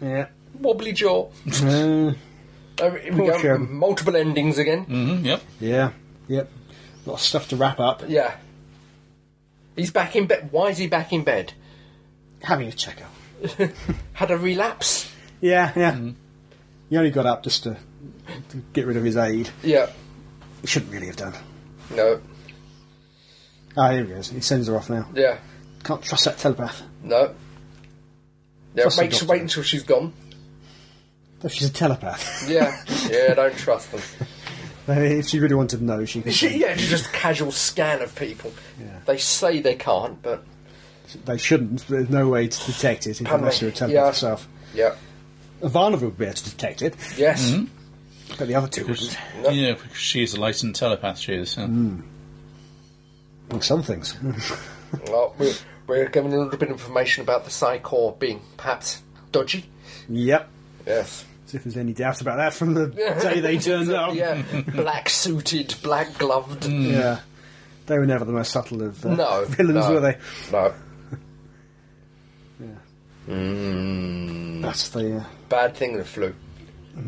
Speaker 2: Yeah.
Speaker 3: wobbly jaw.
Speaker 2: Uh,
Speaker 3: Uh, here we
Speaker 2: Poor
Speaker 3: go.
Speaker 2: Sharon.
Speaker 3: Multiple endings again.
Speaker 1: Mhm, yep.
Speaker 2: yeah. Yep. A lot of stuff to wrap up.
Speaker 3: Yeah. He's back in bed. Why is he back in bed?
Speaker 2: Having a checkup.
Speaker 3: Had a relapse.
Speaker 2: Yeah, yeah. He only got up just to, to get rid of his aid.
Speaker 3: Yeah.
Speaker 2: He shouldn't really have done.
Speaker 3: No.
Speaker 2: Ah, here he goes. He sends her off now.
Speaker 3: Yeah.
Speaker 2: Can't trust that telepath.
Speaker 3: No. Yeah,
Speaker 2: Trust the
Speaker 3: wait,
Speaker 2: doctor.
Speaker 3: wait until she's gone.
Speaker 2: Though she's a telepath.
Speaker 3: Yeah, yeah, don't trust them.
Speaker 2: if she really wanted to know, she could.
Speaker 3: She, yeah, she's just a casual scan of people.
Speaker 2: Yeah.
Speaker 3: They say they can't, but
Speaker 2: They shouldn't. but There's no way to detect it unless you're a telepath
Speaker 3: Yeah.
Speaker 2: yourself.
Speaker 3: yeah,
Speaker 2: Ivanova would be able to detect it,
Speaker 3: yes,
Speaker 2: but the other two wouldn't.
Speaker 3: No.
Speaker 1: Yeah, because she is a latent telepath. She is. huh?
Speaker 3: Mm.
Speaker 2: Well, some things.
Speaker 3: well, we're, we're giving a little bit of information about the Psycor being perhaps dodgy.
Speaker 2: yep.
Speaker 3: Yes,
Speaker 2: So if there's any doubt about that from the day they turned up.
Speaker 3: yeah, black suited, black gloved.
Speaker 2: Yeah. They were never the most subtle of uh,
Speaker 3: No,
Speaker 2: villains,
Speaker 3: no.
Speaker 2: were they?
Speaker 3: No, Mm.
Speaker 2: That's the. Uh,
Speaker 3: bad thing the flu. Uh,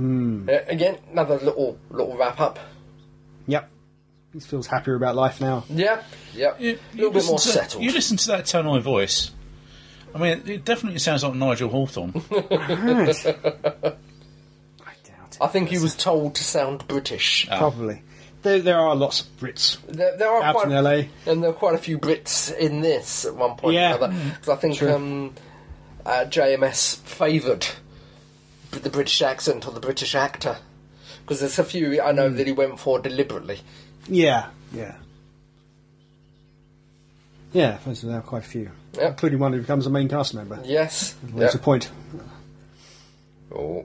Speaker 3: again, another little little wrap up.
Speaker 2: yep. He feels happier about life now.
Speaker 3: Yeah, yeah, a
Speaker 1: You-
Speaker 3: little
Speaker 1: you
Speaker 3: bit
Speaker 1: listen
Speaker 3: more
Speaker 1: to-
Speaker 3: settled.
Speaker 1: You listen to that tone of voice. I mean, it definitely sounds like Nigel Hawthorne.
Speaker 2: Right. I doubt it.
Speaker 3: I think he was told to sound British.
Speaker 2: Probably. there, there are lots of Brits.
Speaker 3: There, there are
Speaker 2: Out
Speaker 3: quite
Speaker 2: in
Speaker 3: a-
Speaker 2: LA.
Speaker 3: and there are quite a few Brits in this at one point
Speaker 2: Yeah.
Speaker 3: or another. 'Cause I think
Speaker 2: True.
Speaker 3: um, uh, JMS favoured the British accent or the British actor because there's a few I
Speaker 2: Mm.
Speaker 3: know that he went for deliberately.
Speaker 2: Yeah, yeah. Yeah, those are- there are quite a few.
Speaker 3: Yep.
Speaker 2: Including one who becomes a main cast member.
Speaker 3: Yes.
Speaker 2: There's a
Speaker 3: Yep.
Speaker 2: point.
Speaker 3: Oh.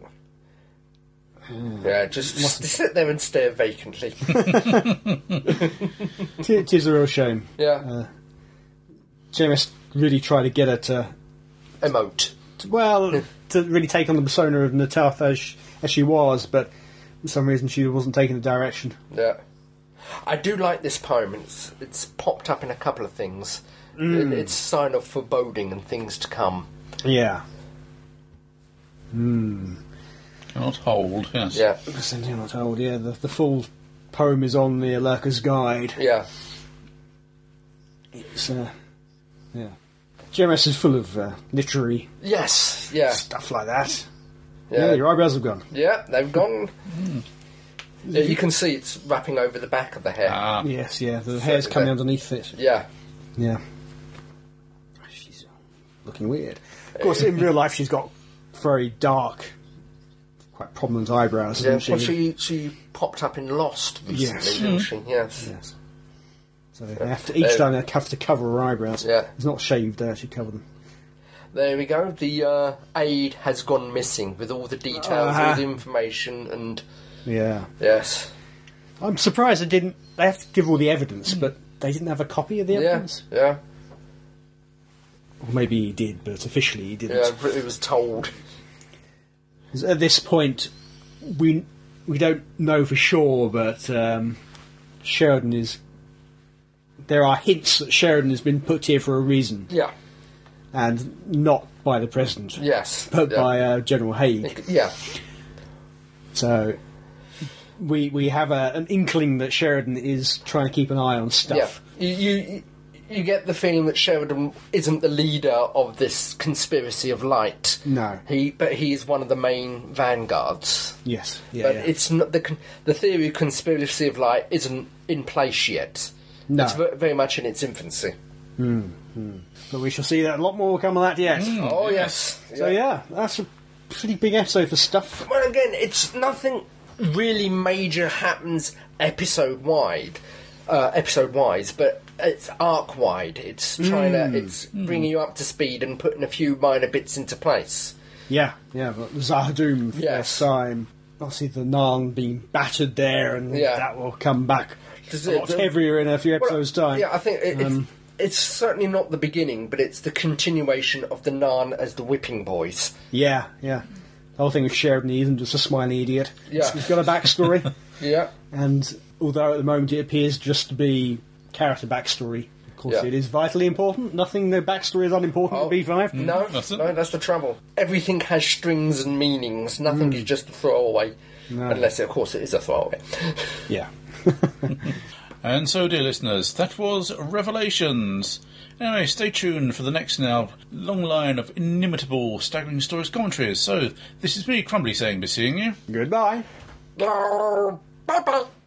Speaker 2: Mm.
Speaker 3: Yeah, just, just sit there and stare vacantly.
Speaker 2: It- it is a real shame.
Speaker 3: Yeah,
Speaker 2: Uh. JMS really tried to get her to,
Speaker 3: emote.
Speaker 2: to- well, to really take on the persona of Natalfa as, sh- as she was, but for some reason she wasn't taking the direction.
Speaker 3: Yeah. I do like this poem. It's it's popped up in a couple of things.
Speaker 2: Mm.
Speaker 3: It- It's a sign of foreboding and things to come.
Speaker 2: Yeah.
Speaker 1: Cannot hold, yes.
Speaker 3: Yeah,
Speaker 2: Because then you're not old, yeah. The, the full poem is on the Lurker's Guide.
Speaker 3: yeah,
Speaker 2: It's, uh, yeah. JMS is full of uh, literary
Speaker 3: yes, yeah,
Speaker 2: stuff like that. Yeah. Hmm.
Speaker 3: yeah, yeah.
Speaker 2: your eyebrows have gone.
Speaker 3: they've gone. Yeah, you can see it's wrapping over the back of the hair.
Speaker 1: Ah,
Speaker 2: Yes, yeah, the hair's coming underneath it.
Speaker 3: Yeah,
Speaker 2: Yeah. She's looking weird. Of course, in real life, she's got very dark, quite prominent eyebrows,
Speaker 3: yeah.
Speaker 2: hasn't
Speaker 3: Well,
Speaker 2: she?
Speaker 3: she she popped up in Lost recently,
Speaker 2: Yes.
Speaker 3: didn't she? Yes.
Speaker 2: Yes. So they have to, each time they have to cover her eyebrows.
Speaker 3: Uh, Yeah.
Speaker 2: It's not shaved there, she covered them.
Speaker 3: There we go. The uh, aid has gone missing with all the details, all
Speaker 2: Uh-huh.
Speaker 3: the information, and
Speaker 2: Yeah.
Speaker 3: yes,
Speaker 2: I'm surprised they didn't. They have to give all the evidence, but they didn't have a copy of the
Speaker 3: yeah,
Speaker 2: evidence?
Speaker 3: yeah,
Speaker 2: Or maybe he did, but officially he didn't.
Speaker 3: yeah. It was told.
Speaker 2: 'Cause At this point, we we don't know for sure, but um, Sheridan is. There are hints that Sheridan has been put here for a reason,
Speaker 3: Yeah.
Speaker 2: and not by the president,
Speaker 3: Yes.
Speaker 2: but
Speaker 3: yeah.
Speaker 2: by uh, General Haig.
Speaker 3: yeah.
Speaker 2: So we we have a, an inkling that Sheridan is trying to keep an eye on stuff.
Speaker 3: Yeah. You, you you get the feeling that Sheridan isn't the leader of this conspiracy of light.
Speaker 2: No.
Speaker 3: He but he is one of the main vanguards.
Speaker 2: Yes, yeah,
Speaker 3: but
Speaker 2: yeah.
Speaker 3: it's not the con- the theory of conspiracy of light isn't in place yet.
Speaker 2: No.
Speaker 3: It's ve- very much in its infancy.
Speaker 2: but we shall see that a lot more will come of that yet.
Speaker 3: Oh
Speaker 1: Mm,
Speaker 3: yes.
Speaker 2: So yeah, that's a pretty big episode for stuff.
Speaker 3: Well, again, it's nothing really major happens episode wide, uh, episode wise, but it's arc wide. It's trying
Speaker 2: Hmm.
Speaker 3: to it's bringing you up to speed and putting a few minor bits into place.
Speaker 2: Yeah, yeah, but Zahadoom
Speaker 3: Yes.
Speaker 2: first time. Obviously, the Narn being battered there, and
Speaker 3: Yeah.
Speaker 2: that will come back
Speaker 3: Does
Speaker 2: a
Speaker 3: it-
Speaker 2: lot
Speaker 3: the-
Speaker 2: heavier in a few
Speaker 3: Well,
Speaker 2: episodes' Um, time.
Speaker 3: Yeah, I think it, it's it's certainly not the beginning, but it's the continuation of the Narn as the whipping boys.
Speaker 2: yeah, yeah. The whole thing with Sheridan, he isn't just a smiley idiot.
Speaker 3: Yeah.
Speaker 2: He's got a backstory,
Speaker 3: Yeah,
Speaker 2: and although at the moment it appears just to be character backstory, of course
Speaker 3: Yeah.
Speaker 2: it is vitally important. Nothing, no backstory is unimportant
Speaker 3: Oh,
Speaker 2: to B5.
Speaker 3: no,
Speaker 1: Hmm. that's it.
Speaker 3: no, that's the trouble. Everything has strings and meanings. Nothing
Speaker 2: Hmm.
Speaker 3: is just a throwaway, unless of course it is a throwaway.
Speaker 2: Yeah.
Speaker 1: And so, dear listeners, that was Revelations. Anyway, stay tuned for the next now long line of inimitable, staggering stories commentaries. So, this is me, Crumbly, saying, be seeing you.
Speaker 2: Goodbye.
Speaker 3: bye bye.